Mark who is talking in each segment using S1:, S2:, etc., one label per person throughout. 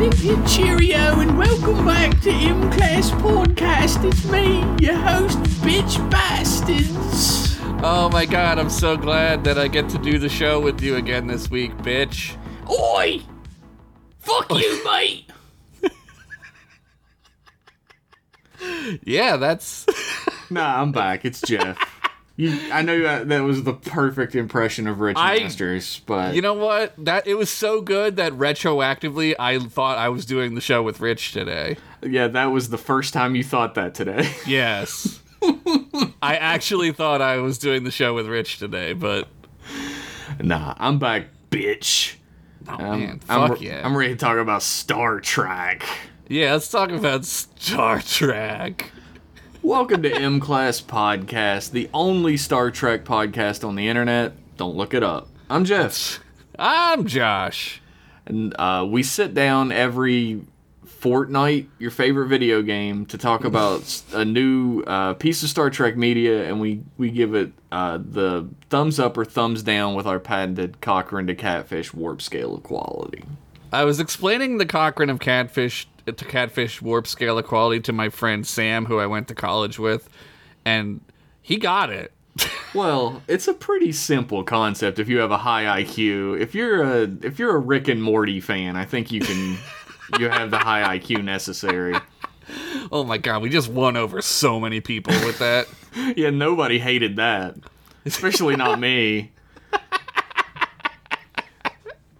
S1: Thank you, cheerio, and welcome back to M Class Podcast. It's me, your host, Bitch Bastards.
S2: Oh my god, I'm so glad that I get to do the show with you again this week, bitch.
S1: Oi! Fuck you, mate!
S2: Yeah, that's.
S3: Nah, I'm back. It's Jeff. you, I know that, that was the perfect impression of Rich
S2: I-
S3: Masters, but
S2: You know what? That it was so good that retroactively I thought I was doing the show with Rich today.
S3: yeah, that was the first time you thought that today.
S2: Yes. I actually thought I was doing the show with Rich today, but
S3: nah, I'm back, bitch.
S2: oh
S3: I'm,
S2: man,
S3: I'm
S2: fuck
S3: re-
S2: yeah.
S3: I'm ready to talk about Star Trek.
S2: yeah, let's talk about Star Trek.
S3: Welcome to M Class Podcast, the only Star Trek podcast on the internet. Don't look it up. I'm Jeff.
S2: I'm Josh.
S3: And uh, we sit down every fortnight, your favorite video game, to talk about s- a new uh, piece of Star Trek media, and we, we give it uh, the thumbs up or thumbs down with our patented Cochrane to Catfish warp scale of quality.
S2: I was explaining the Cochrane of Catfish to Catfish Warp Scale Equality to my friend Sam, who I went to college with, and he got it.
S3: Well, it's a pretty simple concept if you have a high IQ. If you're a if you're a Rick and Morty fan, I think you can you have the high IQ necessary.
S2: Oh my god, we just won over so many people with that.
S3: Yeah, nobody hated that. Especially not me.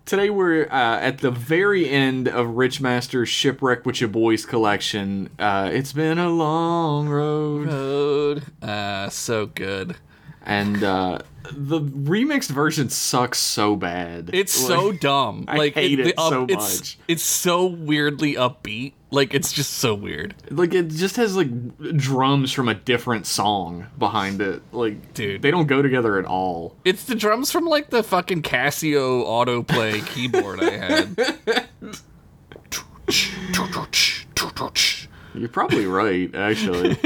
S3: Today we're uh, at the very end of Rich Master's Shipwreck with Your Boys collection. Uh, it's been a long road.
S2: Code. Uh, so good.
S3: And uh, the remixed version sucks so bad.
S2: It's so dumb.
S3: I
S2: like
S3: hate it
S2: the
S3: so
S2: It's,
S3: much.
S2: it's so weirdly upbeat. Like it's just so weird,
S3: Like, it just has, like, drums from a different song behind it. Like,
S2: Dude.
S3: They don't go together at all.
S2: It's the drums from like the fucking Casio autoplay keyboard I had.
S3: You're probably right, actually.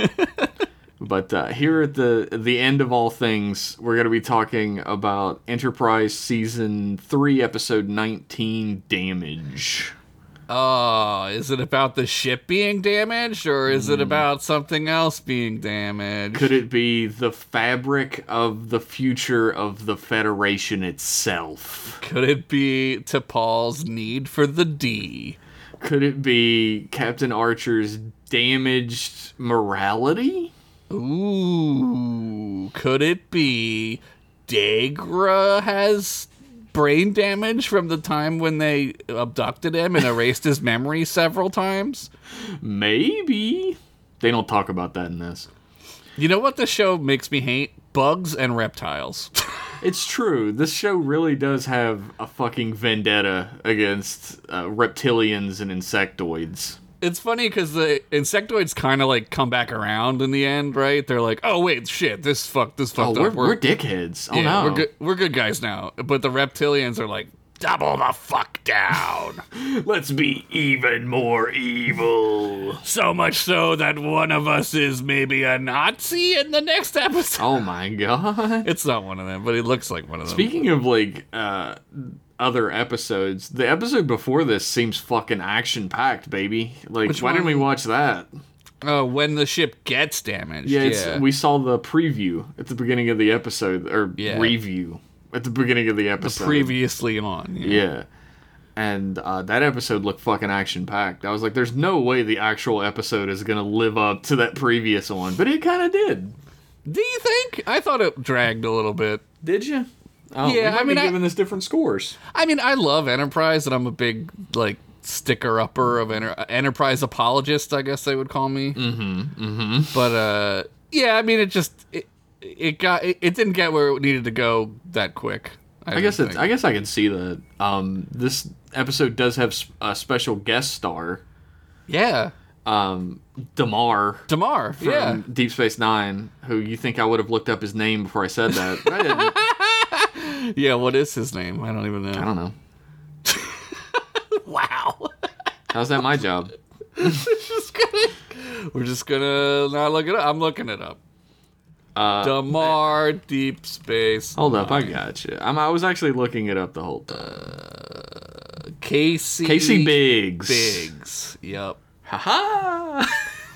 S3: but uh, here at the the end of all things, we're going to be talking about Enterprise season three, episode nineteen, damage.
S2: Oh, is it about the ship being damaged or is it about something else being damaged?
S3: Hmm. Could it be the fabric of the future of the Federation itself?
S2: Could it be to Paul's need for the D?
S3: Could it be Captain Archer's damaged morality?
S2: Ooh, could it be Dagra has brain damage from the time when they abducted him and erased his memory several times?
S3: Maybe they don't talk about that in this.
S2: You know what the show makes me hate? Bugs and reptiles.
S3: It's true. This show really does have a fucking vendetta against uh, reptilians and insectoids.
S2: it's funny because the insectoids kind of like come back around in the end, right? They're like, oh wait, shit, this fuck, this
S3: Oh,
S2: fucked
S3: we're,
S2: up.
S3: we're dickheads. Oh
S2: yeah,
S3: no.
S2: we're good, we're good guys now. But the reptilians are like, double the fuck down.
S3: Let's be even more evil.
S2: so much so that one of us is maybe a Nazi in the next episode.
S3: Oh my god.
S2: It's not one of them, but it looks like one of them.
S3: Speaking of like uh, other episodes, the episode before this seems fucking action packed, baby. Like,
S2: Which
S3: why didn't
S2: one?
S3: we watch that?
S2: Uh, when the ship gets damaged.
S3: Yeah, it's, we saw the preview at the beginning of the episode, or
S2: Yeah.
S3: review at the beginning of the episode.
S2: previously on. Yeah.
S3: Yeah. And uh, that episode looked fucking action packed. I was like, there's no way the actual episode is going to live up to that previous one. But it kind of did.
S2: Do you think? I thought it dragged a little bit.
S3: Did you? Oh,
S2: Yeah, I mean, I-
S3: giving this different scores.
S2: I mean, I love Enterprise, and I'm a big like sticker upper of enter- Enterprise apologist, I guess they would call me. Mm-hmm. Mm-hmm. But uh, yeah, I mean, it just it, it got it, it didn't get where it needed to go that quick.
S3: I guess it's, I guess I can see that. Um, this episode does have s- a special guest star,
S2: yeah,
S3: um, Damar
S2: Damar.
S3: from
S2: yeah,
S3: Deep Space Nine, who you think I would have looked up his name before I said that. but I didn't.
S2: yeah. What is his name? I don't even know.
S3: I don't know.
S2: wow.
S3: How's that my job?
S2: Just gonna- We're just gonna not look it up. I'm looking it up.
S3: Uh,
S2: Damar, Deep Space.
S3: Hold up, I got you. I'm, I was actually looking it up the whole time.
S2: Casey
S3: Casey Biggs.
S2: Biggs. Yep.
S3: Haha.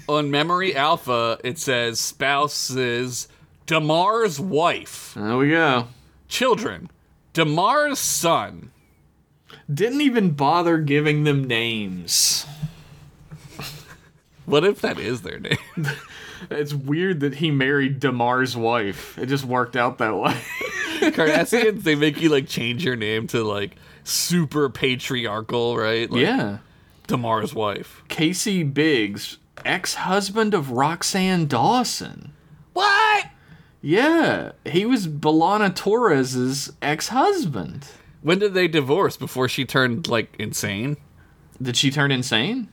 S2: On Memory Alpha, it says spouses Damar's wife,
S3: there we go.
S2: children, Damar's son.
S3: Didn't even bother giving them names.
S2: What if that is their name?
S3: It's weird that he married Damar's wife. It just worked out that way.
S2: Kardashians, they make you like change your name to like super patriarchal, right? Like,
S3: yeah.
S2: Damar's wife.
S3: Casey Biggs, ex husband of Roxanne Dawson.
S2: What?
S3: Yeah, he was Belana Torres's ex husband.
S2: When did they divorce? Before she turned like insane?
S3: Did she turn insane?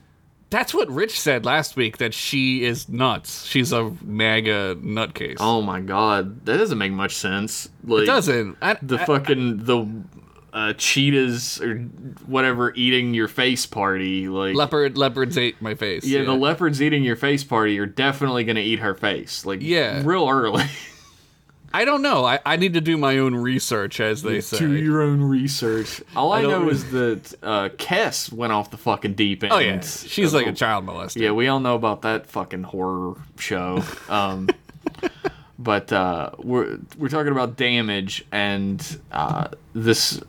S2: That's what Rich said last week that she is nuts. She's a MAGA nutcase.
S3: Oh my god, that doesn't make much sense. Like,
S2: it doesn't. I,
S3: the
S2: I-
S3: fucking the uh, cheetahs or whatever eating your face party like
S2: leopard leopards ate my face.
S3: yeah, the leopards eating your face party are definitely gonna eat her face like
S2: Yeah.
S3: real early
S2: I don't know. I, I need to do my own research, as they say.
S3: do your own research all i,
S2: I don't
S3: know
S2: really-
S3: is that uh kess went off the fucking deep end
S2: oh yeah, she's like a child molester.
S3: yeah we all know about that fucking horror show um but uh we're we're talking about damage and uh this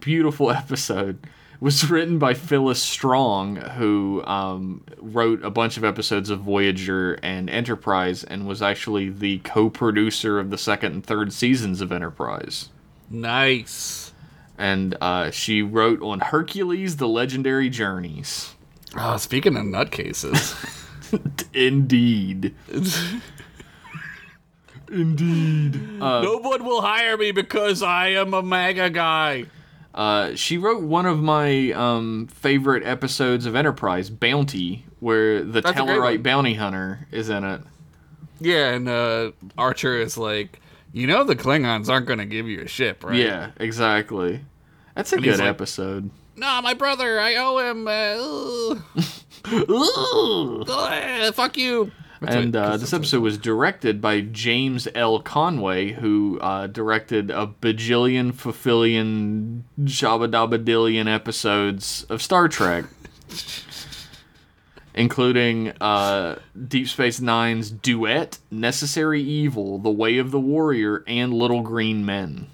S3: beautiful episode was written by Phyllis Strong, who um, wrote a bunch of episodes of Voyager and Enterprise, and was actually the co-producer of the second and third seasons of Enterprise.
S2: Nice.
S3: And uh, she wrote on Hercules: The Legendary Journeys.
S2: Oh, speaking of nutcases,
S3: Indeed. Indeed.
S2: no one will hire me because I am a MAGA guy.
S3: Uh, she wrote one of my um, favorite episodes of Enterprise, Bounty, where the
S2: That's a great
S3: Tellarite
S2: one.
S3: bounty hunter is in it.
S2: Yeah, and uh, Archer is like, you know, the Klingons aren't going to give you a ship, right?
S3: Yeah, exactly. That's a
S2: he's
S3: good
S2: like-
S3: episode.
S2: Nah, my brother, I owe him. Uh, ugh. Ugh, fuck you. That's
S3: And
S2: it, 'cause
S3: uh,
S2: that's
S3: this
S2: it.
S3: episode was directed by James L. Conway, who uh, directed a bajillion, fulfillion, jabadabadillion episodes of Star Trek, including uh, Deep Space Nine's Duet, Necessary Evil, The Way of the Warrior, and Little Green Men.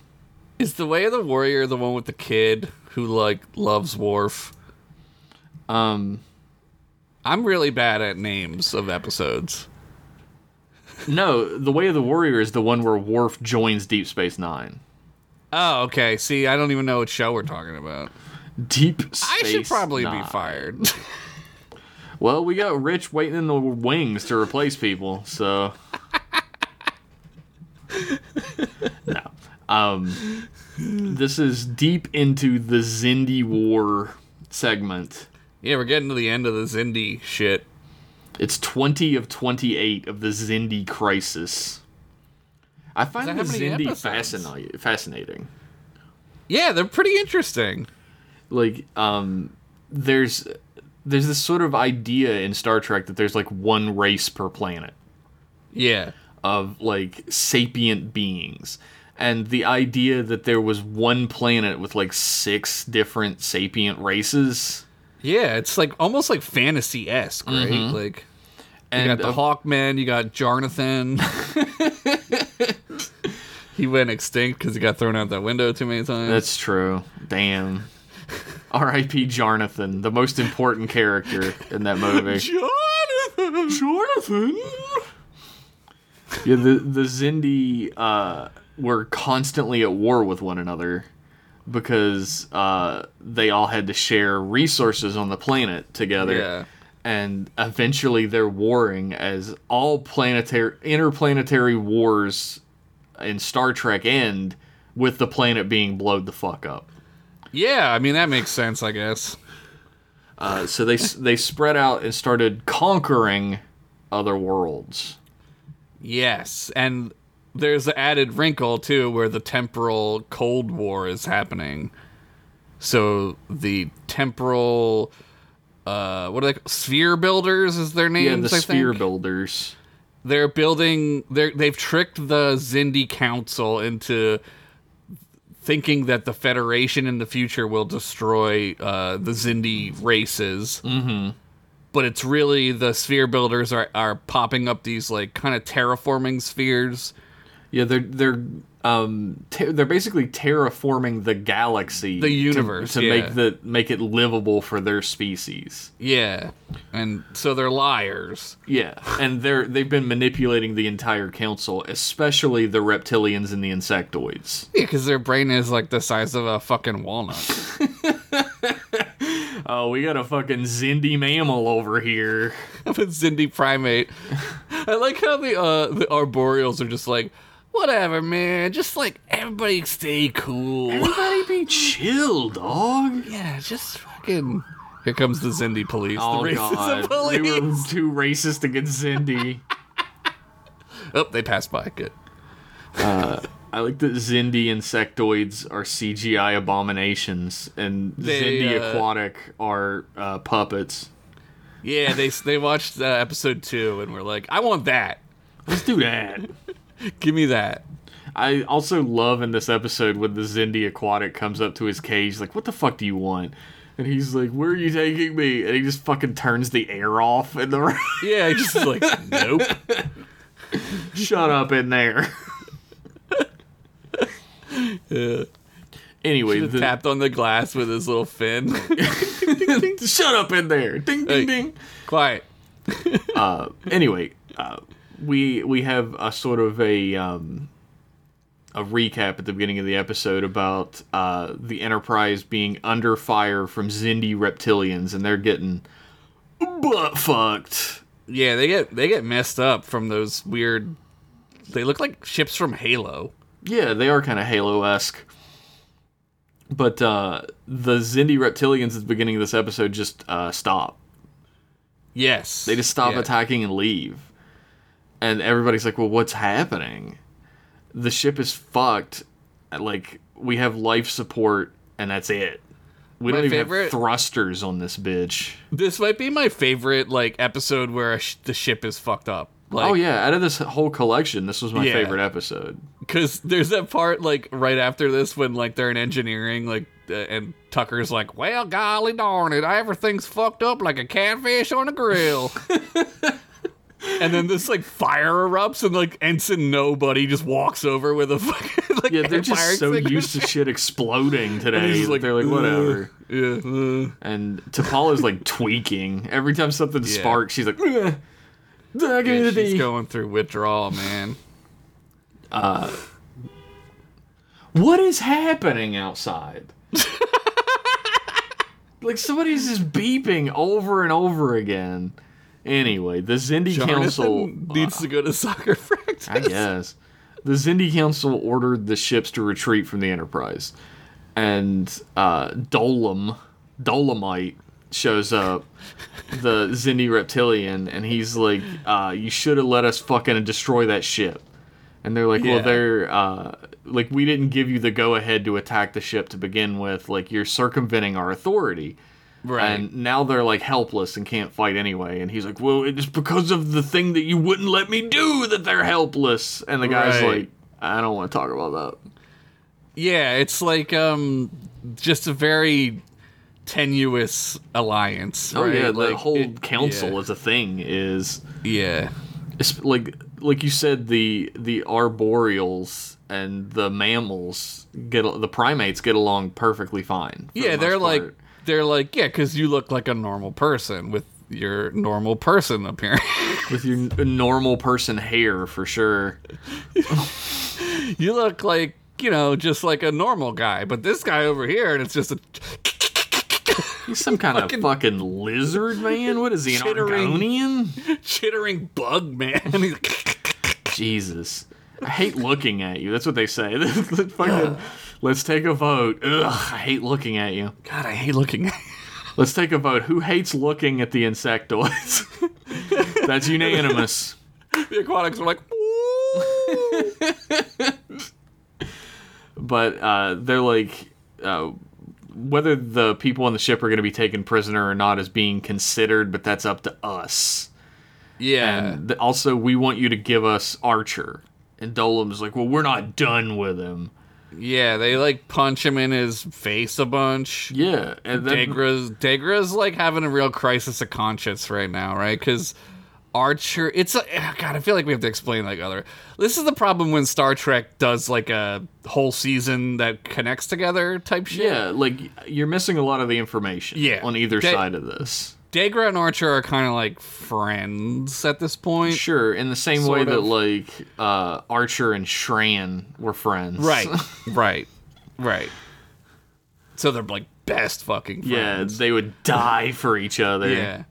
S2: Is the way of the warrior the one with the kid who like loves Worf?
S3: Um,
S2: I'm really bad at names of episodes.
S3: no, The Way of the Warrior is the one where Worf joins Deep Space Nine.
S2: Oh, okay. See, I don't even know what show we're talking about.
S3: Deep Space
S2: I should probably
S3: Nine.
S2: be fired.
S3: Well, we got Rich waiting in the wings to replace people, so. no. Um, this is deep into the Zindi War segment.
S2: yeah, we're getting to the end of this indie shit.
S3: It's 20 of 28 of the Zindi crisis. I find
S2: that
S3: the
S2: how many
S3: Zindi
S2: episodes?
S3: fascinating. fascinating.
S2: Yeah, they're pretty interesting.
S3: like um there's there's this sort of idea in Star Trek that there's like one race per planet.
S2: Yeah.
S3: of like sapient beings. And the idea that there was one planet with like six different sapient races.
S2: Yeah, it's like almost like fantasy esque, right? Like you
S3: Mm-hmm. And
S2: got the
S3: uh,
S2: Hawkman, you got Jarnathan. he went extinct because he got thrown out that window too many times.
S3: that's true. Damn. R.I.P. Jarnathan, the most important character in that movie.
S2: Jonathan!
S3: Jonathan. Yeah, the the Zindi uh, were constantly at war with one another because uh, they all had to share resources on the planet together.
S2: Yeah.
S3: And eventually, they're warring as all planetary interplanetary wars in Star Trek end with the planet being blowed the fuck up.
S2: Yeah, I mean, that makes sense, I guess.
S3: Uh, so they s- they spread out and started conquering other worlds.
S2: Yes, and there's the added wrinkle, too, where the temporal Cold War is happening. So the temporal. Uh, what are they? Sphere builders is their name.
S3: Yeah, the sphere builders.
S2: they're building they're they've tricked the Zindi council into thinking that the Federation in the future will destroy uh, the Zindi races. Mm-hmm. But it's really the sphere builders are, are popping up these like kind of terraforming spheres.
S3: Yeah, they're they're um ter- they're basically terraforming the galaxy,
S2: The
S3: to-
S2: universe,
S3: to,
S2: yeah.
S3: make the make it livable for their species.
S2: Yeah, and so they're liars.
S3: Yeah, and they're they've been manipulating the entire council, especially the reptilians and the insectoids.
S2: Yeah, because their brain is like the size of a fucking walnut.
S3: Oh, we got a fucking Zindi mammal over here.
S2: I'm a Zindi primate. I like how the uh, the arboreals are just like, whatever, man. Just like everybody stay cool.
S3: Everybody be chill, dog.
S2: Yeah, just fucking. Here comes the Zindi police.
S3: Oh
S2: the racism
S3: god,
S2: police.
S3: we were too racist against Zindi.
S2: Oh, they passed by. Good.
S3: I like that Zindi insectoids are CGI abominations, and
S2: They,
S3: Zindi
S2: uh,
S3: aquatic are uh, puppets.
S2: Yeah, they they watched uh, episode two and were like, I want that.
S3: Let's do that.
S2: Give me that.
S3: I also love in this episode when the Zindi Aquatic comes up to his cage, like, what the fuck do you want? And he's like, where are you taking me? And he just fucking turns the air off and the
S2: Yeah, he just like nope.
S3: shut up in there. Anyway, the,
S2: Tapped on the glass with his little fin.
S3: shut up in there. Ding, ding,
S2: Hey.
S3: ding.
S2: Quiet.
S3: anyway, uh, we we have a sort of a um, a recap at the beginning of the episode about uh, the Enterprise being under fire from Zindi reptilians, and they're getting butt fucked.
S2: Yeah, they get they get messed up from those weird. They look like ships from Halo.
S3: Yeah, they are kind of Halo esque. But uh, the Zindi reptilians at the beginning of this episode just uh, stop.
S2: Yes,
S3: They just stop
S2: yeah.
S3: attacking and leave. And everybody's like, well, what's happening? The ship is fucked. Like, we have life support, and that's it. We
S2: My
S3: don't even
S2: favorite-
S3: have thrusters on this bitch.
S2: This might be my favorite like episode where a sh- the ship is fucked up. Like,
S3: oh, yeah. Out of this whole collection, this was my
S2: Yeah.
S3: favorite episode.
S2: because there's that part like right after this when like they're in engineering like uh, and tucker's like well golly darn it everything's fucked up like a catfish on a grill and then this like fire erupts and like ensign nobody just walks over with a fucking like
S3: Yeah, they're
S2: hand fire
S3: just so
S2: extinguisher.
S3: used to shit exploding today.
S2: He's just
S3: like, they're like, whatever.
S2: "Ugh, yeah, ugh."
S3: And T'Palla's like tweaking. Every time something sparks, she's like, "Ugh, dog
S2: Yeah,
S3: it
S2: she's
S3: is."
S2: going through withdrawal man
S3: What is happening outside? like somebody's just beeping over and over again. Anyway, the Zindi Council
S2: Jonathan needs to go to soccer practice
S3: I guess. The Zindi Council ordered the ships to retreat from the Enterprise. And uh, Dolom, Dolomite, shows up, the Zindi reptilian, and he's like, uh, You should have let us fucking destroy that ship. And they're like,
S2: Yeah.
S3: Well, they're. Uh, like, we didn't give you the go ahead to attack the ship to begin with. Like, you're circumventing our authority.
S2: right
S3: And now they're like helpless and can't fight anyway. And he's like, "Well, it's because of the thing that you wouldn't let me do that they're helpless." And the guy's
S2: Right.
S3: like, "I don't want to talk about that."
S2: Yeah, it's like um just a very tenuous alliance.
S3: Oh
S2: right?
S3: yeah, the
S2: like,
S3: whole
S2: it-
S3: council
S2: yeah.
S3: as a thing is
S2: Yeah.
S3: it's like like you said the the arboreals and the mammals get the primates get along perfectly fine. for the
S2: Yeah,
S3: most
S2: they're like
S3: part.
S2: they're like yeah, because you look like a normal person with your normal person appearance.
S3: with your n- normal person hair for sure.
S2: you look like you know just like a normal guy, but this guy over here, and it's just a
S3: He's some kind
S2: Fucking-
S3: of fucking lizard man. What is he? An
S2: Chittering.
S3: Argonian?
S2: chittering bug man. And he's like,
S3: Jesus. I hate looking at you. That's what they say. Fucking, let's take a vote. Ugh, I hate looking at you.
S2: God, I hate looking. at
S3: Let's take a vote. Who hates looking at the insectoids? That's unanimous.
S2: The aquatics are like, "Ooh."
S3: But uh, they're like, uh, whether the people on the ship are going to be taken prisoner or not is being considered, but that's up to us.
S2: yeah,
S3: And th- also, we want you to give us Archer. And Dolom's like, well, we're not done with him.
S2: Yeah, they like punch him in his face a bunch.
S3: Yeah, and then
S2: Degra's Degra's like having a real crisis of conscience right now, right? Because Archer, it's a, ah, God. I feel like we have to explain like other. This is the problem when Star Trek does like a whole season that connects together type shit.
S3: yeah, like you're missing a lot of the information.
S2: Yeah.
S3: on either
S2: That-
S3: side of this.
S2: Degra and Archer are kind of like friends at this point.
S3: Sure, in the same way
S2: Sort
S3: that
S2: of.
S3: like uh, Archer and Shran were friends.
S2: Right, right, right. So they're like best fucking
S3: Yeah,
S2: friends.
S3: they would die for each other.
S2: yeah.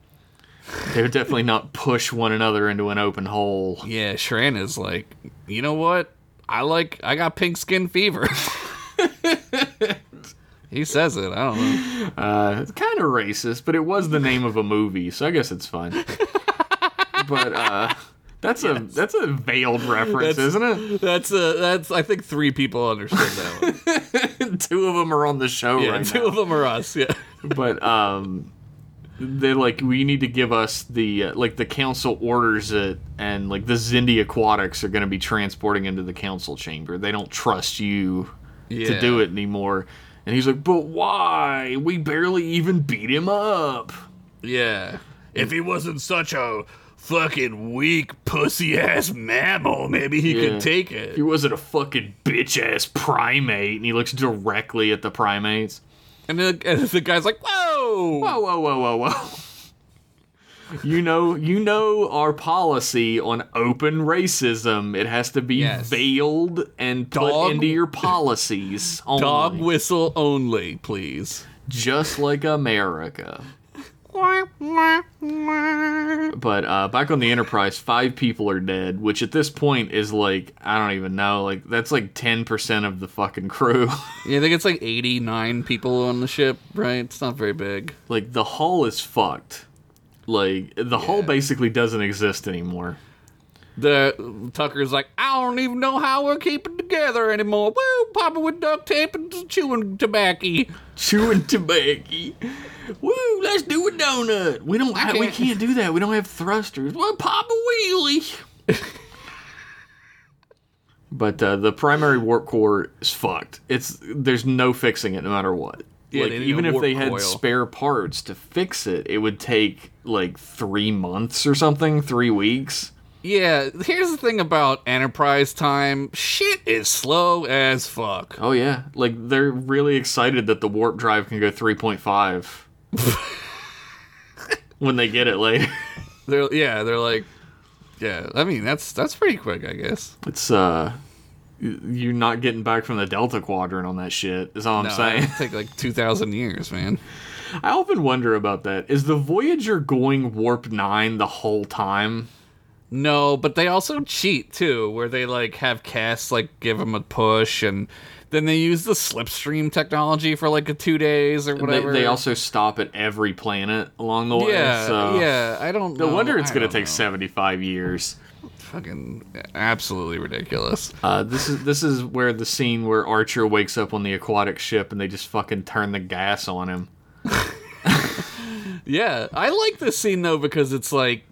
S3: They would definitely not push one another into an open hole.
S2: Yeah, Shran is like, you know what? I like, I got pink skin fever. he says it. I don't know.
S3: Uh, it's kind of racist, but it was the name of a movie, so I guess it's fine. but uh, that's a that's a veiled reference,
S2: That's-
S3: isn't
S2: That's a, that's. I think three people understood that one.
S3: it? Two of them are on the show
S2: Yeah,
S3: right
S2: two
S3: now.
S2: of them are us. Yeah.
S3: But um, they're like, we need to give us the uh, like the council orders it, and like the Zindi Aquatics are going to be transporting into the council chamber. They don't trust you to
S2: Yeah.
S3: do it anymore. And he's like, but why? We barely even beat him up.
S2: Yeah. If he wasn't such a fucking weak pussy ass mammal, maybe he
S3: Yeah.
S2: could take it.
S3: He wasn't a fucking bitch ass primate, and he looks directly at the primates.
S2: And the, and the guy's like, whoa.
S3: Whoa, whoa, whoa, whoa, whoa. you know, you know our policy on open racism. It has to be
S2: Yes.
S3: veiled and put
S2: Dog-
S3: into your policies. Only,
S2: Dog whistle only, please.
S3: just like America. But uh, back on the Enterprise, five people are dead, which at this point is like I don't even know. Like that's like ten percent of the fucking crew.
S2: Yeah, I think it's like 89 people on the ship, right? It's not very big.
S3: like the hull is fucked. Like the hull
S2: Yeah.
S3: basically doesn't exist anymore.
S2: The Tucker's like, I don't even know how we're keeping together anymore. Woo, Papa with duct tape and chewing tobacco.
S3: Chewing tobacco. Woo, let's do a donut. We don't have, we
S2: can't-
S3: can't do that. We don't have thrusters. Well, pop a wheelie. but uh, the primary warp core is fucked. It's there's no fixing it no matter what.
S2: Yeah,
S3: like
S2: they need a
S3: even if
S2: warp
S3: they had
S2: coil.
S3: spare parts to fix it, it would take like 3 months or something, 3 weeks.
S2: Yeah, here's the thing about Enterprise time shit is slow as fuck.
S3: Oh yeah, like they're really excited that the warp drive can go 3.5 when they get it later.
S2: They're, yeah, they're like, yeah, I mean, that's that's pretty quick, I guess.
S3: It's uh y- you not getting back from the Delta Quadrant on that shit is all I'm
S2: No,
S3: saying.
S2: it'll take like 2,000 years, man.
S3: I often wonder about that. Is the Voyager going warp 9 the whole time?
S2: No, but they also cheat too, where they like have Cass like give him a push, and then they use the slipstream technology for like a two days or
S3: They,
S2: whatever.
S3: they also stop at every planet along the way.
S2: yeah,
S3: so.
S2: yeah. I don't.
S3: No
S2: know.
S3: wonder it's
S2: I
S3: going to
S2: don't
S3: take
S2: know.
S3: 75 years.
S2: fucking absolutely ridiculous.
S3: Uh, this is this is where the scene where Archer wakes up on the aquatic ship and they just fucking turn the gas on him.
S2: Yeah, I like this scene though because it's like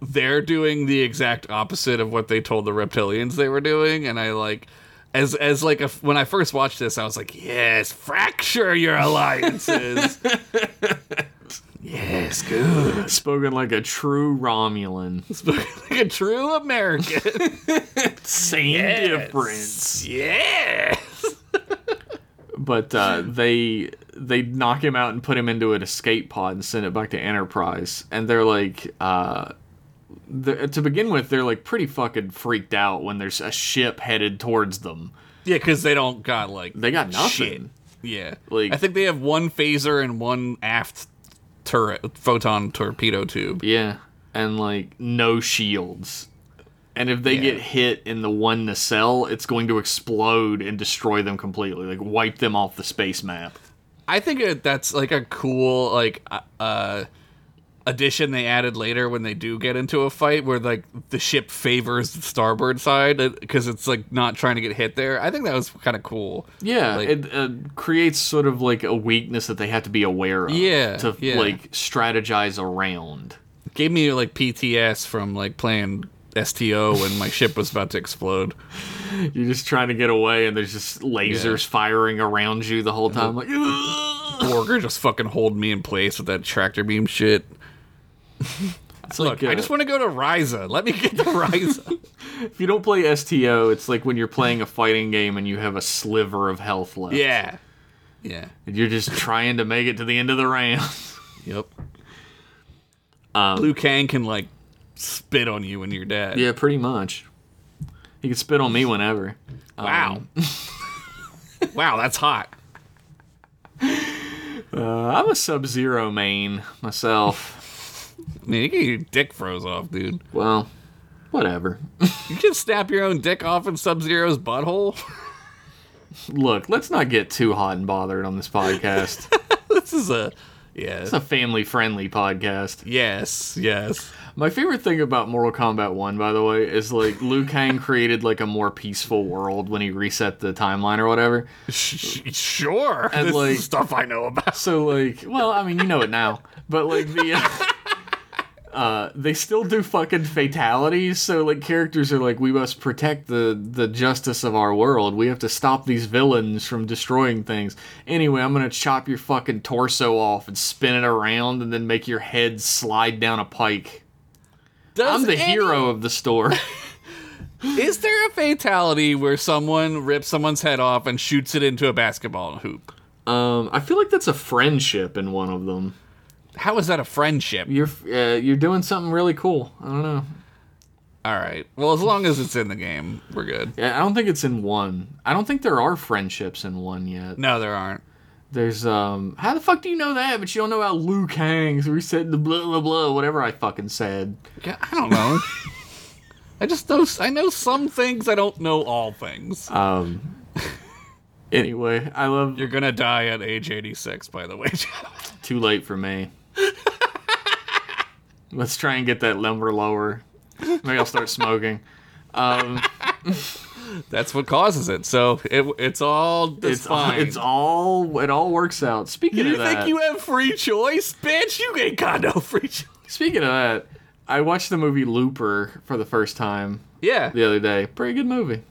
S2: they're doing the exact opposite of what they told the reptilians they were doing, and I like. As, as like a, when I first watched this, I was like, "Yes, fracture your alliances." yes, good.
S3: Spoken like a true Romulan.
S2: like a true American.
S3: Same difference.
S2: yeah.
S3: But uh, they they knock him out and put him into an escape pod and send it back to Enterprise. And they're like, uh, they're, to begin with, they're like pretty fucking freaked out when there's a ship headed towards them.
S2: Yeah, because they don't got like
S3: They got nothing.
S2: Shit. yeah.
S3: Like-
S2: I think they have one phaser and one aft turret photon torpedo tube.
S3: Yeah, and like no shields. And if they
S2: Yeah.
S3: get hit in the one nacelle, it's going to explode and destroy them completely, like wipe them off the space map.
S2: I think it, that's like a cool like uh, uh addition they added later when they do get into a fight where like the ship favors the starboard side because it's like not trying to get hit there. I think that was kind of cool.
S3: Yeah,
S2: Like-
S3: it uh, creates sort of like a weakness that they have to be aware of.
S2: Yeah,
S3: to
S2: yeah.
S3: like strategize around.
S2: gave me like PTS from like playing STO when my ship was about to explode.
S3: You're just trying to get away, and there's just lasers firing around you the whole time. Like, "Ugh."
S2: Borger just fucking hold me in place with that tractor beam shit.
S3: it's like
S2: I
S3: uh,
S2: just want to go to Ryza. Let me get to Ryza.
S3: if you don't play STO, it's like when you're playing a fighting game and you have a sliver of health left.
S2: yeah. Yeah.
S3: and you're just trying to make it to the end of the round.
S2: Yep. Liu Kang can like spit on you when you're dead.
S3: Um, yeah, pretty much. You can spit on me whenever.
S2: Wow. Um, wow, that's hot.
S3: Um, I'm a Sub Zero main myself.
S2: I mean, you get your dick froze off, dude.
S3: well, whatever.
S2: You can snap your own dick off in Sub Zero's butthole.
S3: Look, let's not get too hot and bothered on this podcast.
S2: this is a yeah.
S3: it's a family friendly podcast.
S2: Yes, yes.
S3: My favorite thing about Mortal Kombat 1, by the way, is like Liu Kang created like a more peaceful world when he reset the timeline or whatever.
S2: Sh- sh- sure.
S3: And,
S2: this
S3: like-
S2: is stuff I know about.
S3: So like, well, I mean, you know it now, but like the uh, uh, they still do fucking fatalities. So like, characters are like, we must protect the the justice of our world. We have to stop these villains from destroying things. Anyway, I'm gonna chop your fucking torso off and spin it around, and then make your head slide down a pike. I'm
S2: Does
S3: the
S2: any-
S3: hero of the story.
S2: Is there a fatality where someone rips someone's head off and shoots it into a basketball hoop?
S3: um, I feel like that's a friendship in one of them.
S2: How is that a friendship?
S3: You're uh, you're doing something really cool. I don't know.
S2: All right. Well, as long as it's in the game, we're good.
S3: Yeah, I don't think it's in one. I don't think there are friendships in one yet.
S2: No, there aren't.
S3: There's um how the fuck do you know that, but you don't know about Liu Kang's reset the blah blah blah, whatever I fucking said.
S2: Yeah, I don't know. I just know. I know some things. I don't know all things.
S3: Um Anyway, I love
S2: You're gonna die at age 86, by the way.
S3: too late for me. Let's try and get that number lower. Maybe I'll start smoking.
S2: That's what causes it. So it, it's all it's,
S3: it's all,
S2: fine.
S3: it's all it all works out. Speaking
S2: you
S3: of that,
S2: think you have free choice, bitch? You ain't got no free choice.
S3: speaking of that, I watched the movie Looper for the first time
S2: Yeah,
S3: the other day. Pretty good movie.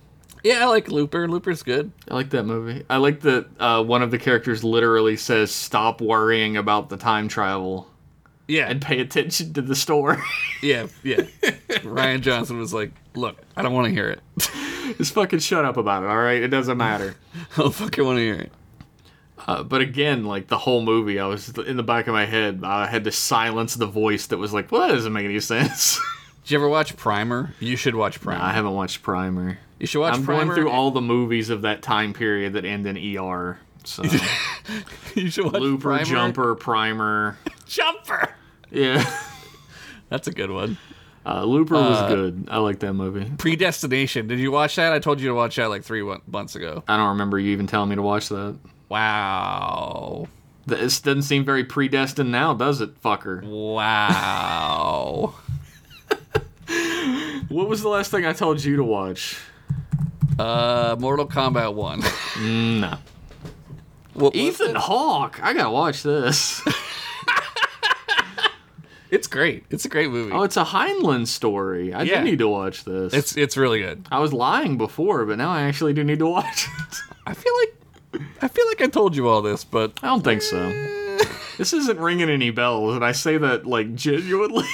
S2: yeah. I like Looper. Looper's good.
S3: I like that movie. I like that uh, one of the characters literally says, "Stop worrying about the time travel
S2: Yeah,
S3: and pay attention to the story."
S2: yeah, yeah. Ryan Johnson was like, "Look, I don't want to hear it.
S3: Just fucking shut up about it, all right? It doesn't matter.
S2: I don't fucking want to hear it."
S3: Uh, but again, like the whole movie, I was in the back of my head. I had to silence the voice that was like, "Well, that doesn't make any sense."
S2: Did you ever watch Primer? You should watch Primer.
S3: I haven't watched Primer.
S2: you should watch
S3: I'm
S2: Primer.
S3: going through all the movies of that time period that end in ER. So
S2: you should watch
S3: Looper,
S2: Primer.
S3: Jumper, Primer.
S2: Jumper.
S3: Yeah.
S2: That's a good one.
S3: Uh, Looper was good. I like that movie.
S2: Predestination. Did you watch that? I told you to watch that like three one- months ago.
S3: I don't remember you even telling me to watch that.
S2: Wow.
S3: This doesn't seem very predestined now, does it, fucker?
S2: Wow.
S3: What was the last thing I told you to watch?
S2: uh, Mortal Kombat 1.
S3: Mm, No.
S2: Well,
S3: Ethan Hawke. I gotta watch this.
S2: It's great. It's a great movie.
S3: oh, it's a Heinlein story. I
S2: Yeah.
S3: do need to watch this.
S2: It's it's really good.
S3: I was lying before, but now I actually do need to watch it.
S2: I feel like I feel like I told you all this, but eh,
S3: I don't think so. This isn't ringing any bells, and I say that like genuinely.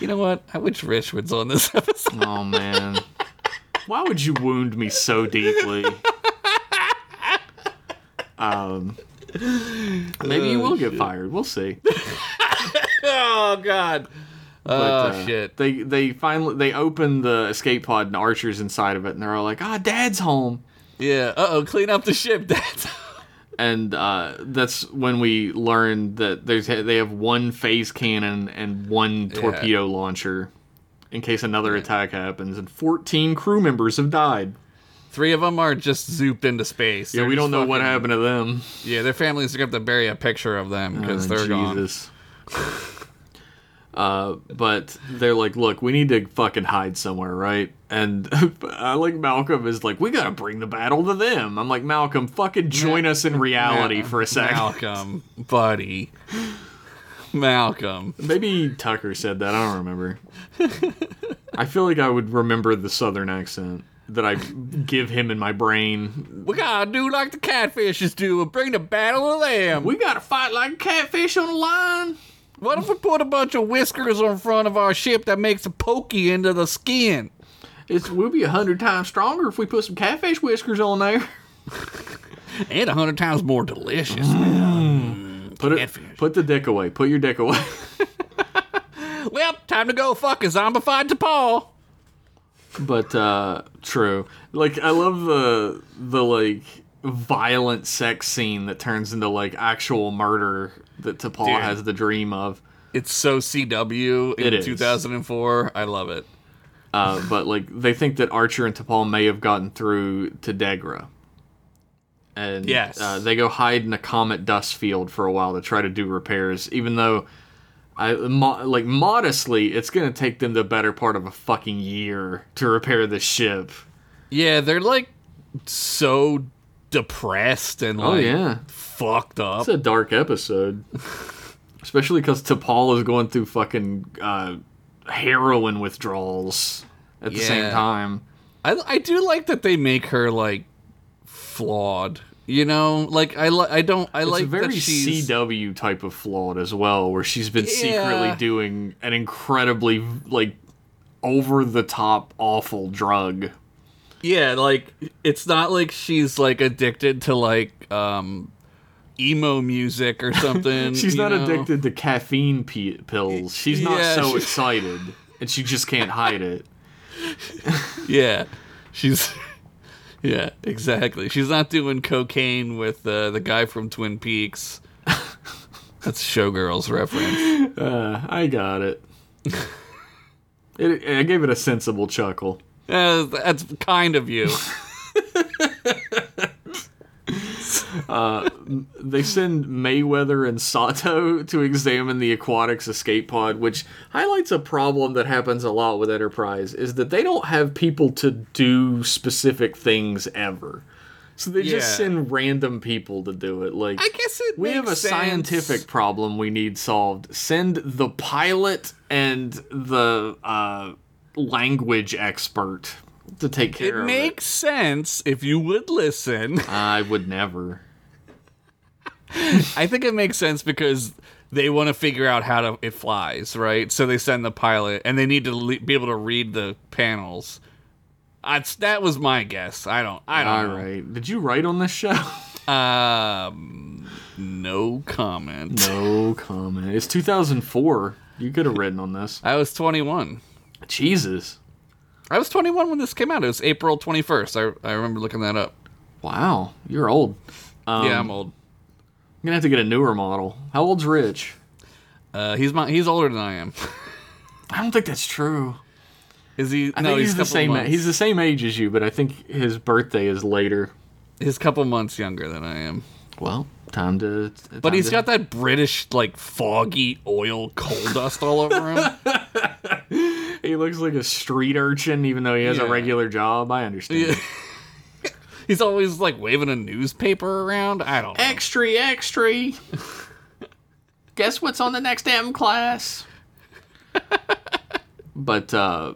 S2: you know what? I wish Rich was on this episode.
S3: oh man, why would you wound me so deeply? Um, maybe you will get fired. We'll see.
S2: Oh God.
S3: But,
S2: oh
S3: uh,
S2: shit.
S3: They they finally they open the escape pod and Archer's inside of it, and they're all like, "Ah, Dad's home."
S2: Yeah. Uh oh. Clean up the ship, Dad.
S3: And uh, that's when we learned that there's they have one phase cannon and one torpedo launcher, in case another attack happens. And 14 crew members have died.
S2: Three of them are just zooped into space.
S3: Yeah,
S2: They're
S3: we
S2: just
S3: don't know what
S2: fucking-
S3: happened to them.
S2: Yeah, their families are gonna have to bury a picture of them because
S3: Oh,
S2: they're gone.
S3: Jesus. Uh, but they're like, look, we need to fucking hide somewhere, right? And I like Malcolm is like, we gotta bring the battle to them. I'm like, Malcolm, fucking join us in reality for a second.
S2: Malcolm, buddy. Malcolm.
S3: Maybe Tucker said that. I don't remember. I feel like I would remember the southern accent that I give him in my brain.
S2: We gotta do like the catfishes do and bring the battle of lamb.
S3: We gotta fight like a catfish on the line.
S2: What if we put a bunch of whiskers on front of our ship that makes a pokey into the skin?
S3: It's we'll be a hundred times stronger if we put some catfish whiskers on there.
S2: And a hundred times more delicious.
S3: Mm-hmm. Put it.
S2: Catfish.
S3: Put the dick away. Put your dick away.
S2: well, time to go fuck a zombified to Paul.
S3: But uh true. Like I love the the like violent sex scene that turns into like actual murder that T'Pol
S2: Dude.
S3: has the dream of.
S2: It's so CW in
S3: It is.
S2: 2004. I love it.
S3: Uh, but like they think that Archer and T'Pol may have gotten through to Degra. And
S2: Yes.
S3: uh, they go hide in a comet dust field for a while to try to do repairs, even though I mo- like modestly, it's gonna take them the better part of a fucking year to repair the ship.
S2: Yeah, they're like so depressed and like
S3: Oh yeah,
S2: fucked up.
S3: It's a dark episode, especially because T'Pol is going through fucking uh, heroin withdrawals at the same
S2: Yeah.
S3: time.
S2: I, I do like that they make her like flawed. You know, like I li- I don't I
S3: It's
S2: like
S3: a very
S2: that she's
S3: CW type of flawed as well, where she's been
S2: Yeah.
S3: secretly doing an incredibly like over the top awful drug.
S2: yeah like it's not like she's like addicted to like um emo music or something.
S3: She's
S2: you
S3: not
S2: know?
S3: addicted to caffeine p- pills. She's
S2: yeah,
S3: not so
S2: she-
S3: excited, and she just can't hide it.
S2: Yeah, she's yeah exactly. She's not doing cocaine with uh, the guy from Twin Peaks. That's Showgirls reference.
S3: Uh, I got it. it. I gave it a sensible chuckle.
S2: Uh, that's kind of you.
S3: They send Mayweather and Sato to examine the aquatics escape pod, which highlights a problem that happens a lot with Enterprise is that they don't have people to do specific things ever. So they just
S2: Yeah.
S3: send random people to do it. Like
S2: I guess it.
S3: we have a
S2: makes sense.
S3: scientific problem we need solved. Send the pilot and the uh, language expert to take
S2: It
S3: care of it.
S2: makes sense if you would listen.
S3: I would never.
S2: I think it makes sense because they want to figure out how to it flies, right? So they send the pilot, and they need to le- be able to read the panels. That's that was my guess. I don't. I
S3: All
S2: don't. know.
S3: right. Did you write on this show?
S2: Um, no comment.
S3: No comment. It's 2004. You could have written on this.
S2: I was 21.
S3: Jesus.
S2: I was 21 when this came out. It was April 21st. I, I remember looking that up.
S3: Wow. You're old. Um,
S2: yeah, I'm old.
S3: I'm going to have to get a newer model. How old's Rich?
S2: Uh, he's my, he's older than I am.
S3: I don't think that's true.
S2: Is he?
S3: I
S2: no,
S3: think he's,
S2: he's,
S3: the
S2: couple
S3: same
S2: Months,
S3: he's the same age as you, but I think his birthday is later.
S2: he's couple months younger than I am.
S3: Well, time to
S2: But
S3: time
S2: he's
S3: to-
S2: got that British like foggy oil coal dust all over him.
S3: He looks like a street urchin even though he has a
S2: Yeah.
S3: regular job. I understand.
S2: Yeah. he's always like waving a newspaper around. I don't. know.
S3: Extra, extra. Guess what's on the next M class? but uh,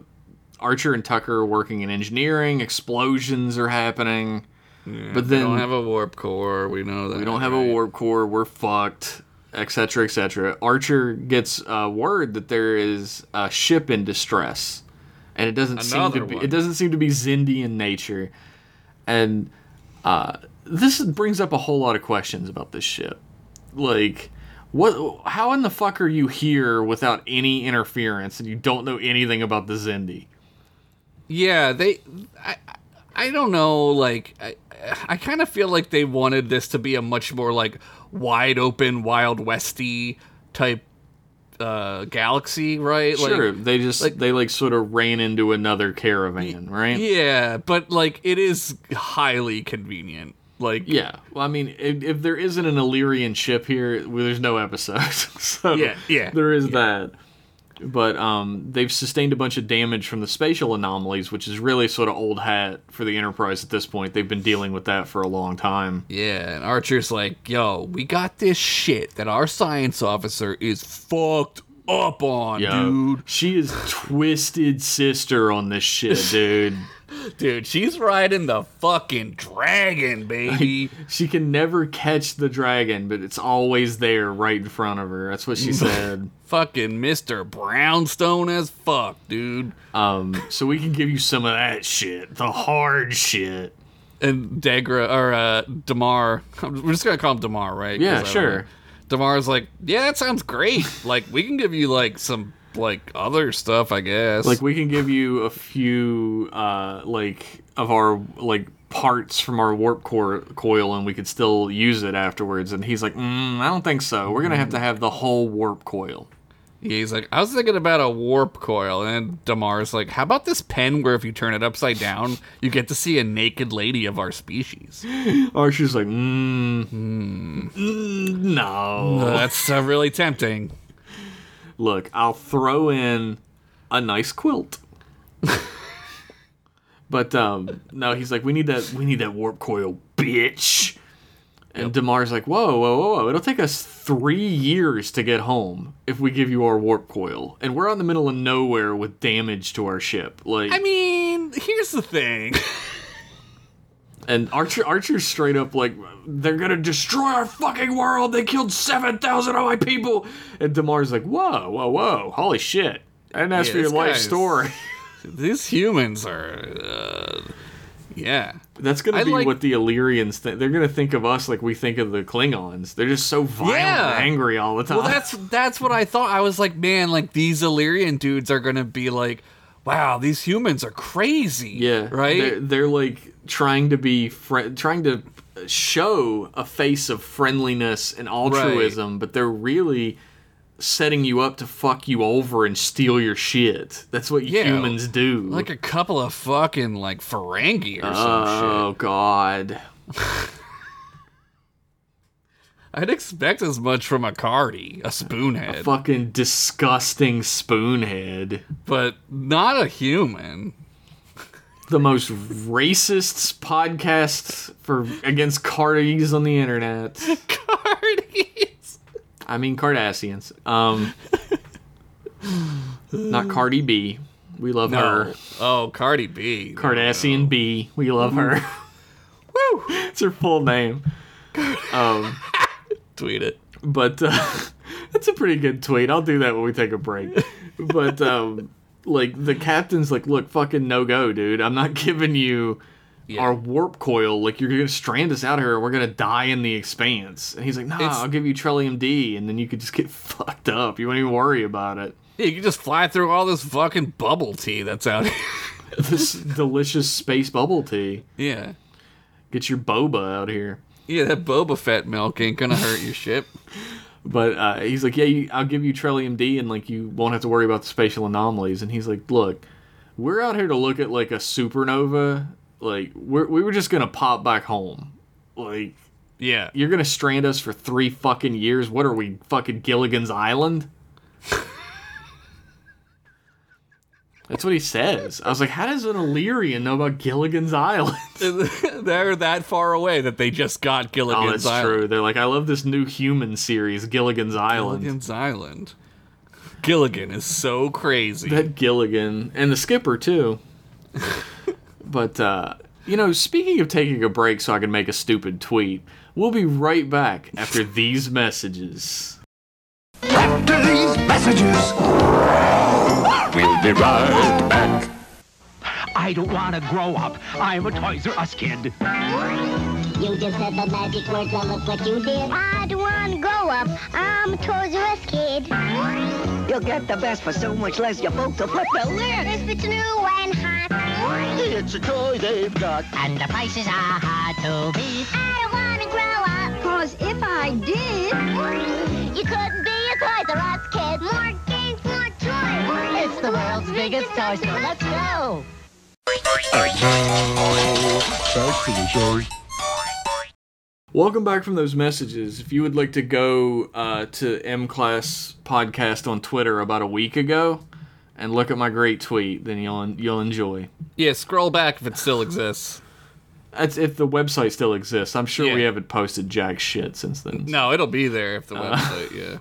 S3: Archer and Tucker are working in engineering. Explosions are happening. but
S2: We
S3: then
S2: don't have a warp core. We know that.
S3: we don't have
S2: right?
S3: a warp core. We're fucked, etc., etc. Archer gets uh, word that there is a ship in distress, and it doesn't
S2: Another
S3: seem to be.
S2: one.
S3: It doesn't seem to be Zindi in nature, and uh, this brings up a whole lot of questions about this ship. Like, what? How in the fuck are you here without any interference, and you don't know anything about the Zindi?
S2: Yeah, they. I, I- I don't know. Like, I, I kind of feel like they wanted this to be a much more like wide open, wild westy type uh, galaxy, right?
S3: sure,
S2: Like,
S3: they just they like sort of ran into another caravan, right?
S2: yeah, but like it is highly convenient. Like,
S3: Yeah. Well, I mean, if, if there isn't an Illyrian ship here, well, there's no episode. so
S2: Yeah, yeah,
S3: There is that. But um, they've sustained a bunch of damage from the spatial anomalies, which is really sort of old hat for the Enterprise at this point. They've been dealing with that for a long time.
S2: Yeah, and Archer's like, yo, we got this shit that our science officer is fucked up on, dude.
S3: she is twisted sister on this shit, dude.
S2: Dude, she's riding the fucking dragon, baby.
S3: She can never catch the dragon, but it's always there right in front of her. That's what she said.
S2: fucking Mr. Brownstone as fuck, dude.
S3: Um, so we can give you some of that shit, the hard shit.
S2: And Degra or uh Damar, we're just gonna call him Damar, right? 'Cause
S3: Yeah,
S2: I don't
S3: sure.
S2: know. Damar's like, yeah, that sounds great. like, we can give you like some like other stuff, I guess.
S3: Like we can give you a few uh like of our like parts from our warp core coil and we could still use it afterwards and he's like mm, i don't think so we're gonna have to have the whole warp coil
S2: He's like, I was thinking about a warp coil, and Damar's like, how about this pen where if you turn it upside down, you get to see a naked lady of our species? Uh,
S3: archer's like mm, mm, no
S2: Well, that's uh, really tempting.
S3: look, I'll throw in a nice quilt. but um no, he's like, we need that we need that warp coil, bitch. And Damar's like, whoa, whoa, whoa, whoa. It'll take us three years to get home if we give you our warp coil. And we're out in the middle of nowhere with damage to our ship. Like
S2: I mean, here's the thing.
S3: and Archer Archer's straight up like they're gonna destroy our fucking world. They killed seven thousand of my people. And Damar's like, whoa, whoa, whoa, holy shit. I didn't ask
S2: Yeah,
S3: for your
S2: this
S3: life
S2: guy's-
S3: story.
S2: These humans are, uh, yeah.
S3: That's gonna
S2: I
S3: be
S2: like-
S3: what the Illyrians think. They're gonna think of us like we think of the Klingons. They're just so violent,
S2: Yeah.
S3: and angry all the time.
S2: Well, that's that's what I thought. I was like, man, like these Illyrian dudes are gonna be like, wow, these humans are crazy.
S3: yeah,
S2: right.
S3: They're, they're like trying to be fri trying to show a face of friendliness and altruism, but they're really setting you up to fuck you over and steal your shit. That's what
S2: Yeah.
S3: humans do.
S2: like a couple of fucking like Ferengi or some shit.
S3: oh god.
S2: I'd expect as much from a Cardi, a spoonhead,
S3: Fucking disgusting spoonhead.
S2: but not a human.
S3: the most racist podcast for against Cardis on the internet.
S2: Cardis.
S3: I mean Cardassians. Um, not Cardi B. We love her.
S2: Oh, Cardi B.
S3: Cardassian B. We love her.
S2: Woo!
S3: it's her full name. Um,
S2: Tweet it.
S3: but uh, that's a pretty good tweet. I'll do that when we take a break. But um, like the captain's like, look, fucking no go, dude. I'm not giving you our warp coil. Like you're gonna strand us out here. We're gonna die in the expanse. And he's like, nah,
S2: It's-
S3: I'll give you Trillium D, and then you could just get fucked up. You won't even worry about it.
S2: You can just fly through all this fucking bubble tea that's out here.
S3: This delicious space bubble tea.
S2: yeah.
S3: Get your boba out here.
S2: Yeah, that Boba Fett milk ain't gonna hurt your ship.
S3: But uh, he's like, yeah, you, I'll give you Trillium D, and like you won't have to worry about the spatial anomalies. And he's like, look, we're out here to look at like a supernova. Like we're, we were just gonna pop back home. Like
S2: Yeah.
S3: you're gonna strand us for three fucking years. What are we fucking Gilligan's Island? That's what he says. I was like, how does an Illyrian know about Gilligan's Island?
S2: They're that far away that they just got
S3: oh,
S2: Gilligan's
S3: that's
S2: Island.
S3: true. They're like, I love this new human series, Gilligan's Island.
S2: Gilligan's Island. Gilligan is so crazy.
S3: That Gilligan and the skipper too. but uh, you know, speaking of taking a break so I can make a stupid tweet, we'll be right back after these messages.
S4: After these messages, we'll be right back.
S5: I don't want to grow up. I'm a Toys R Us kid.
S6: You just said the magic words. Now look what you did.
S7: I don't want to grow up. I'm a Toys R Us kid.
S5: You'll get the best for so much less, you folks will flip the lid.
S7: If it's new and hot.
S4: It's a toy they've got.
S5: And the prices are hard to beat.
S7: I don't want to grow up. Cause if I did, you couldn't be a Toys R Us kid. More games, more toys. It's the world's biggest toy store. Let's go.
S4: And now, back to the show.
S3: Welcome back from those messages. If you would like to go uh, to M Class Podcast on Twitter about a week ago and look at my great tweet, then you'll you'll enjoy.
S2: Yeah, scroll back if it still exists.
S3: That's if the website still exists. I'm sure we
S2: Yeah.
S3: haven't posted jack shit since then.
S2: No, it'll be there if the website. Yeah.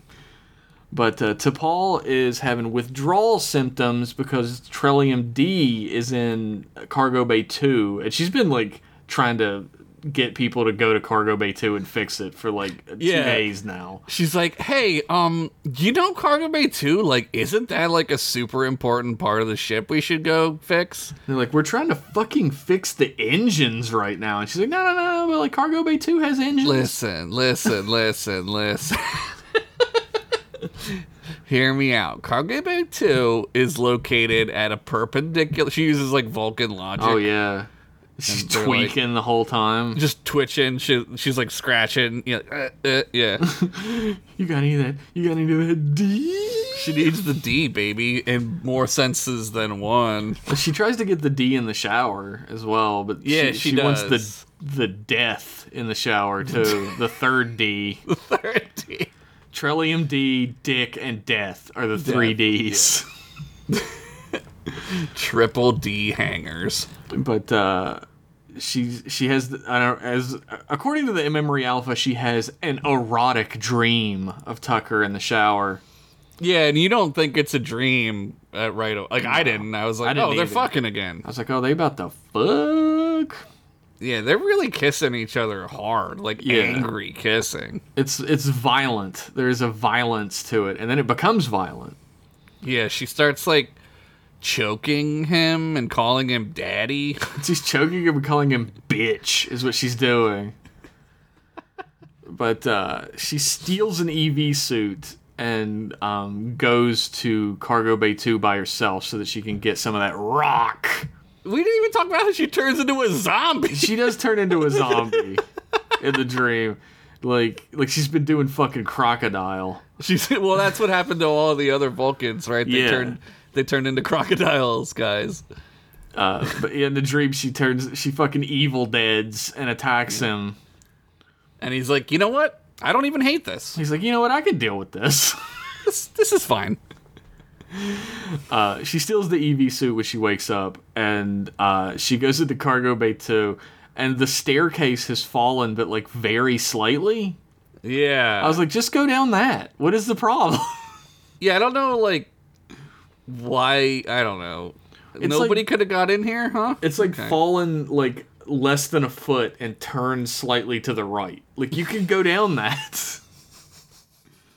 S3: But uh, T'Pol is having withdrawal symptoms because Trillium D is in Cargo Bay 2, and she's been like trying to get people to go to Cargo Bay 2 and fix it for like two
S2: Yeah.
S3: days now.
S2: She's like, "Hey, um, you know Cargo Bay 2? Like, isn't that like a super important part of the ship we should go fix?"
S3: They're like, we're trying to fucking fix the engines right now, and she's like, no, no, no, no, but like Cargo Bay 2 has engines.
S2: Listen, listen, listen, listen. Hear me out. Cargo Bay 2 is located at a perpendicular. She uses like Vulcan logic.
S3: Oh yeah, she's
S2: And they're like-
S3: tweaking the whole time.
S2: Just twitching. She, she's like scratching. Yeah. Uh, uh, yeah.
S3: You got any of that? You got any of that D?
S2: she needs the D, baby, in more senses than one.
S3: She tries to get the D in the shower as well, but
S2: Yeah,
S3: she,
S2: she
S3: wants the
S2: does.
S3: the death in the shower too. the third D,
S2: Third D.
S3: Trillium D, Dick, and Death are the three Ds.
S2: Triple D hangers.
S3: But uh, she she has the- I don't, as according to the memory alpha, she has an erotic dream of Tucker in the shower.
S2: Yeah, and you don't think it's a dream uh, right away. Like, I didn't. I was like,
S3: I didn't
S2: oh, they're
S3: either.
S2: fucking again.
S3: I was like, oh, they about to fuck.
S2: Yeah, they're really kissing each other hard, like
S3: Yeah.
S2: angry kissing.
S3: It's it's violent. There is a violence to it, and then it becomes violent.
S2: Yeah, she starts like choking him and calling him daddy.
S3: She's choking him and calling him bitch is what she's doing. But uh, she steals an EV suit and um, goes to Cargo Bay 2 by herself so that she can get some of that rock.
S2: We didn't even talk about how she turns into a zombie.
S3: She does turn into a zombie in the dream. Like like she's been doing fucking crocodile.
S2: She's well, that's what happened to all the other Vulcans, right? They
S3: Yeah.
S2: turned they turned into crocodiles, guys.
S3: Uh, but in the dream she turns she fucking evil deads and attacks him.
S2: And he's like, you know what? I don't even hate this.
S3: He's like, you know what, I can deal with this.
S2: This, this is fine.
S3: Uh, she steals the EV suit when she wakes up, and uh, she goes into cargo bay two, and the staircase has fallen, but like very slightly.
S2: Yeah.
S3: I was like, just go down that. What is the problem?
S2: yeah, I don't know, like why. I don't know. Nobody could have got in here, huh?
S3: It's like
S2: Okay.
S3: fallen like less than a foot and turned slightly to the right. Like you can go down that.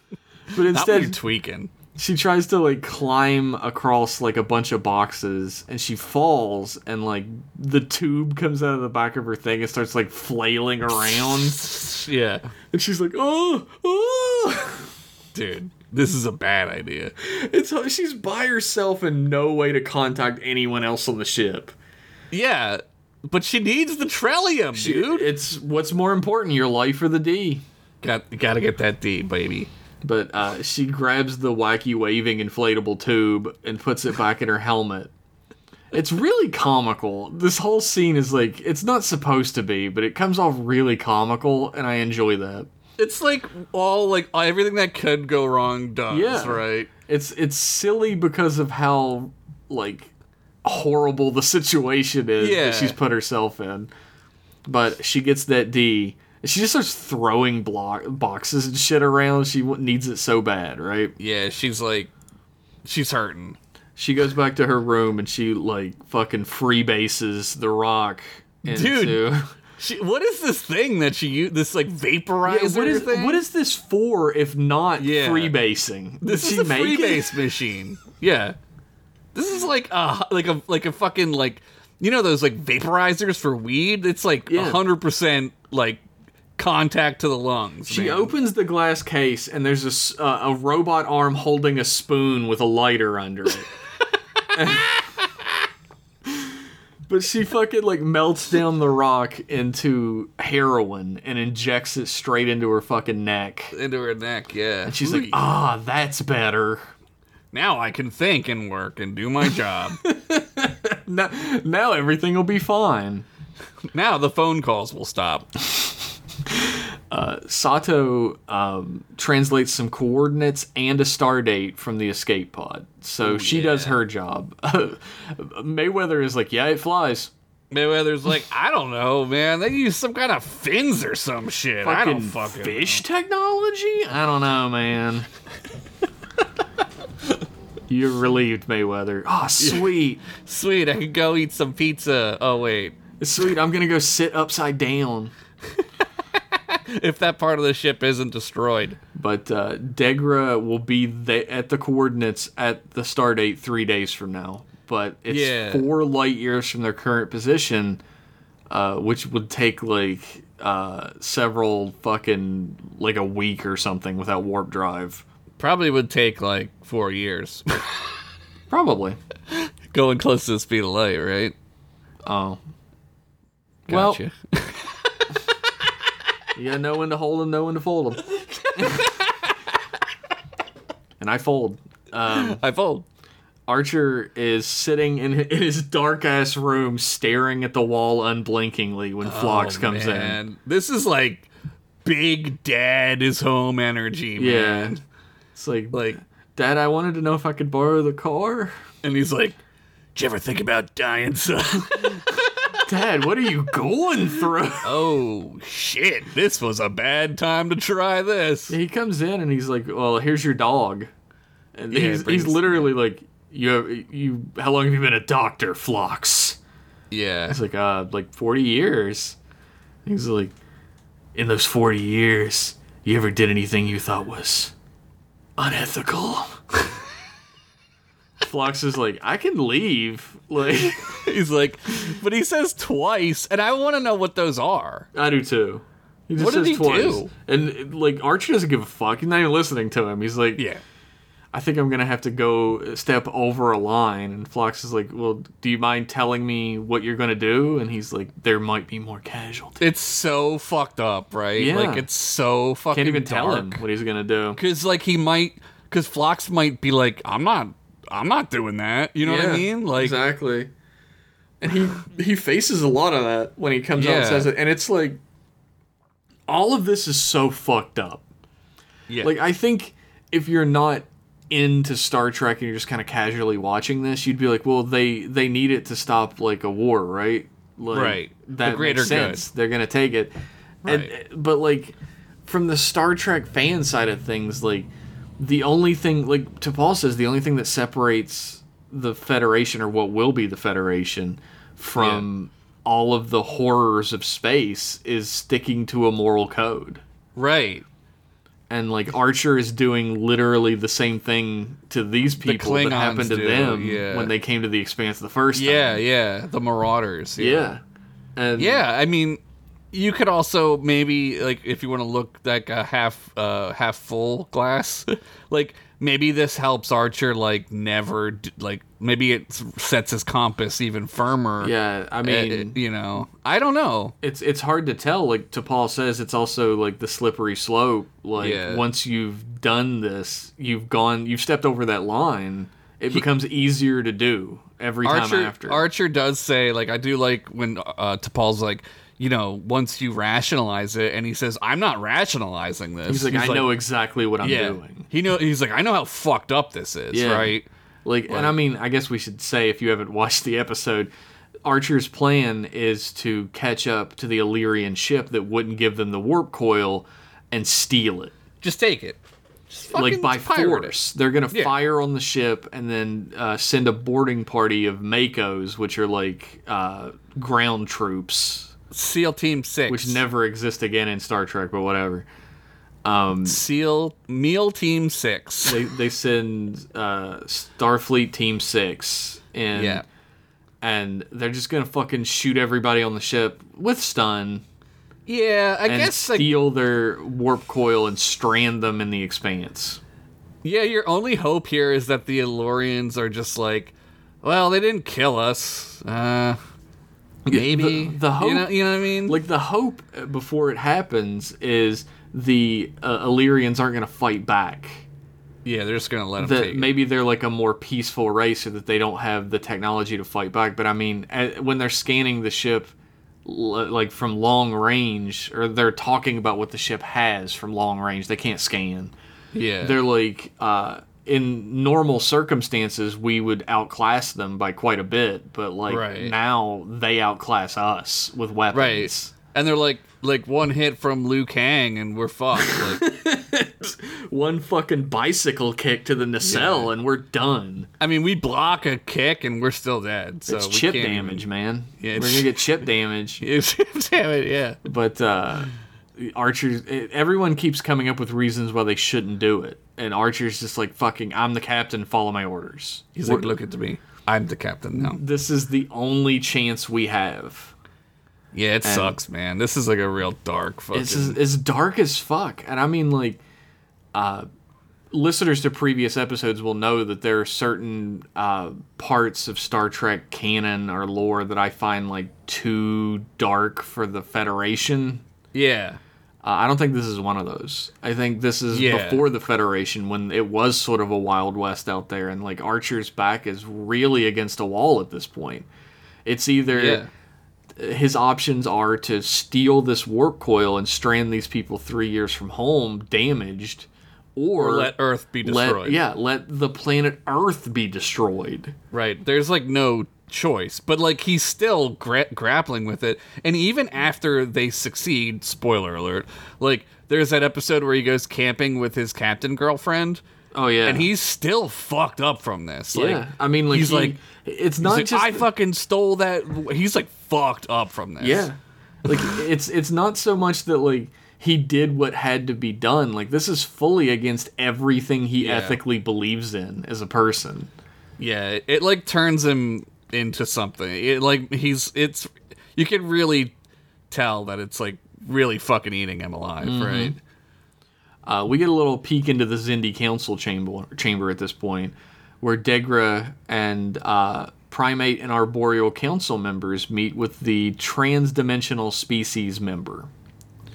S3: But
S2: Not when
S3: instead,
S2: you're tweaking.
S3: she tries to like climb across like a bunch of boxes and she falls and like the tube comes out of the back of her thing and starts like flailing around
S2: Yeah.
S3: and she's like oh oh
S2: Dude, this is a bad idea.
S3: it's she's by herself and no way to contact anyone else on the ship
S2: Yeah, but she needs the Trellium, dude.
S3: it's what's more important your life or the d
S2: Got gotta get that D, baby.
S3: but uh, she grabs the wacky waving inflatable tube and puts it back in her helmet. It's really comical. This whole scene is like it's not supposed to be, but it comes off really comical, and I enjoy that.
S2: It's like all like everything that could go wrong does,
S3: Yeah.
S2: right?
S3: It's it's silly because of how like horrible the situation is
S2: Yeah.
S3: that she's put herself in. But she gets that D. She just starts throwing block boxes and shit around. She w- needs it so bad, right?
S2: Yeah, she's like she's hurting.
S3: She goes back to her room and she like fucking freebases the rock. Into,
S2: Dude, She, what is this thing that she used? This like
S3: Yeah,
S2: vaporizer
S3: what is
S2: thing?
S3: what is this for if not
S2: Yeah.
S3: freebasing? Did
S2: this?
S3: she
S2: is a
S3: make it?
S2: freebase machine. Yeah, this is like a like a like a fucking like you know those like vaporizers for weed. It's like
S3: Yeah.
S2: hundred percent like contact to the lungs.
S3: She
S2: man.
S3: opens the glass case and there's a s- uh, a robot arm holding a spoon with a lighter under it. But she fucking like melts down the rock into heroin and injects it straight into her fucking neck.
S2: into her neck. Yeah, and
S3: She's like, ah, that's better.
S2: now I can think and work and do my job.
S3: Now, now everything will be fine.
S2: now the phone calls will stop.
S3: uh, Sato um, translates some coordinates and a star date from the escape pod. So she does her job. Mayweather is like, yeah, it flies.
S2: Mayweather's like, I don't know, man. They use some kind of fins or some shit. I don't fucking
S3: fish technology. I don't know, man. You're relieved, Mayweather. Oh, sweet,
S2: sweet. I could go eat some pizza. Oh wait,
S3: sweet. I'm gonna go sit upside down.
S2: if that part of the ship isn't destroyed,
S3: But uh, Degra will be the, at the coordinates at the stardate three days from now. But it's
S2: Yeah.
S3: four light years from their current position, uh, which would take like uh, several fucking like a week or something without warp drive.
S2: probably would take like four years,
S3: Probably.
S2: going close to the speed of light, right?
S3: Oh,
S2: Gotcha. Well,
S3: you gotta know when to hold them, know when to fold them. and I fold.
S2: I fold.
S3: Archer is sitting in, in his dark ass room, staring at the wall unblinkingly
S2: Oh,
S3: when Phlox comes in.
S2: This is like big dad is home energy,
S3: Yeah,
S2: man.
S3: it's like,
S2: Like,
S3: Dad, I wanted to know if I could borrow the car.
S2: and he's like, "Did you ever think about dying, son?"
S3: Dad, what are you going through?
S2: oh shit, this was a bad time to try this.
S3: he comes in and he's like, "Well, here's your dog," and
S2: Yeah,
S3: he's,
S2: brings-
S3: he's literally like, "You have, you how long have you been a doctor, Phlox?"
S2: Yeah.
S3: It's like, uh, like 40 years. He's like, in those 40 years, you ever did anything you thought was unethical? Flox is like, I can leave. Like,
S2: He's like, but he says twice, and I want to know what those are.
S3: I do too. He just
S2: What did
S3: says
S2: he
S3: twice.
S2: do?
S3: And like, Archer doesn't give a fuck. He's not even listening to him. He's like, I think I'm gonna have to go step over a line. And Flox is like, Well, do you mind telling me what you're gonna do? And he's like, There might be more casualties.
S2: It's so fucked up, right?
S3: Yeah.
S2: Like, it's so fucking
S3: Can't even tell him
S2: dark.
S3: what he's gonna do.
S2: Because, like, he might, because Phlox might be like, I'm not, I'm not doing that. You know what I
S3: Yeah,
S2: mean? Like,
S3: exactly. And he he faces a lot of that when he comes out and
S2: Yeah.
S3: says it, and it's like all of this is so fucked up.
S2: yeah.
S3: Like I think if you're not into Star Trek and you're just kind of casually watching this, you'd be like, well, they they need it to stop like a war, right? Like,
S2: Right. The
S3: That
S2: greater
S3: makes sense. They're gonna take it.
S2: Right.
S3: And, but like from the Star Trek fan side of things, like the only thing, like to Paul says, the only thing that separates the Federation or what will be the Federation from all of the horrors of space is sticking to a moral code
S2: right.
S3: and like Archer is doing literally the same thing to these people that
S2: Klingons
S3: happened to
S2: do,
S3: them
S2: yeah.
S3: when they came to the Expanse the first
S2: Yeah,
S3: time.
S2: yeah. The Marauders.
S3: Um, yeah, and
S2: Yeah, I mean, you could also maybe like if you want to look like a half uh half full glass, like maybe this helps Archer like never d- like maybe it s- sets his compass even firmer.
S3: yeah. I
S2: I
S3: mean,
S2: you know, I don't know.
S3: it's it's hard to tell. Like to Paul says, it's also like the slippery slope. Like
S2: Yeah.
S3: once you've done this, you've gone, you've stepped over that line. It becomes easier to do every time
S2: Archer
S3: after.
S2: Archer does say like I do like when uh T'Pol's like you know once you rationalize it and he says I'm not rationalizing this.
S3: He's like, I know exactly what I'm
S2: yeah.
S3: doing.
S2: He know he's like I know how fucked up this is,
S3: Yeah.
S2: right?
S3: Like, and I mean, I guess we should say if you haven't watched the episode, Archer's plan is to catch up to the Illyrian ship that wouldn't give them the warp coil and steal it.
S2: Just take it. Just
S3: Like
S2: fucking
S3: by
S2: pirate it.
S3: force, they're gonna
S2: Yeah.
S3: fire on the ship and then uh, send a boarding party of Makos, which are like uh, ground troops,
S2: SEAL Team Six,
S3: which never exist again in Star Trek, but whatever.
S2: SEAL Meal Team Six.
S3: They they send uh, Starfleet Team Six and
S2: Yeah,
S3: and they're just gonna fucking shoot everybody on the ship with stun
S2: yeah. I
S3: and
S2: guess like
S3: steal their warp coil and strand them in the expanse.
S2: yeah. Your only hope here is that the Elorians are just like, well, they didn't kill us. Uh, maybe
S3: the- the hope-
S2: You know, you know what I mean?
S3: Like the hope uh, before it happens is the uh, Illyrians aren't gonna fight back.
S2: yeah, they're just gonna let them
S3: That
S2: take. it.
S3: maybe they're like a more peaceful race, or that they don't have the technology to fight back. But I mean, a- when they're scanning the ship, l- like from long range, or they're talking about what the ship has from long range. They can't scan.
S2: Yeah.
S3: They're like, uh, in normal circumstances, we would outclass them by quite a bit, but like
S2: Right.
S3: now they outclass us with weapons.
S2: right. And they're like like one hit from Liu Kang and we're fucked. Like,
S3: One fucking bicycle kick to the nacelle, and we're done.
S2: I mean, we block a kick and we're still dead. So
S3: it's
S2: we
S3: chip
S2: can't even-
S3: damage, man.
S2: Yeah,
S3: we're
S2: it's-
S3: gonna get chip damage.
S2: It's damn it, yeah.
S3: but uh, Archer, everyone keeps coming up with reasons why they shouldn't do it, and Archer's just like, "Fucking, I'm the captain. Follow my orders."
S2: He's
S3: We're-
S2: like, look at me. I'm the captain now.
S3: this is the only chance we have.
S2: Yeah, it sucks, man. This is like a real dark fucking.
S3: It's it's dark as fuck, and I mean like, uh, listeners to previous episodes will know that there are certain uh, parts of Star Trek canon or lore that I find like too dark for the Federation.
S2: yeah,
S3: Uh, I don't think this is one of those. I think this is
S2: Yeah.
S3: before the Federation when it was sort of a Wild West out there, and like Archer's back is really against a wall at this point. It's either
S2: yeah,
S3: his options are to steal this warp coil and strand these people three years from home, damaged, or,
S2: or let Earth be
S3: let-
S2: destroyed.
S3: yeah, let the planet Earth be destroyed.
S2: right. There's like no choice, but like he's still gra- grappling with it, and even after they succeed, spoiler alert, like there's that episode where he goes camping with his captain girlfriend,
S3: Oh yeah,
S2: and he's still fucked up from this. Like,
S3: yeah. I mean, like
S2: he's
S3: he-
S2: like.
S3: it's
S2: he's
S3: not
S2: like,
S3: just
S2: I fucking stole that. He's like fucked up from this.
S3: Yeah. Like it's it's not so much that like he did what had to be done. Like this is fully against everything he
S2: Yeah.
S3: ethically believes in as a person.
S2: Yeah, it, it like turns him into something. It like he's it's you can really tell that it's like really fucking eating him alive,
S3: Mm-hmm.
S2: right?
S3: Uh, we get a little peek into the Zindi Council chamber chamber at this point, where Degra and uh, Primate and Arboreal Council members meet with the trans-dimensional species member.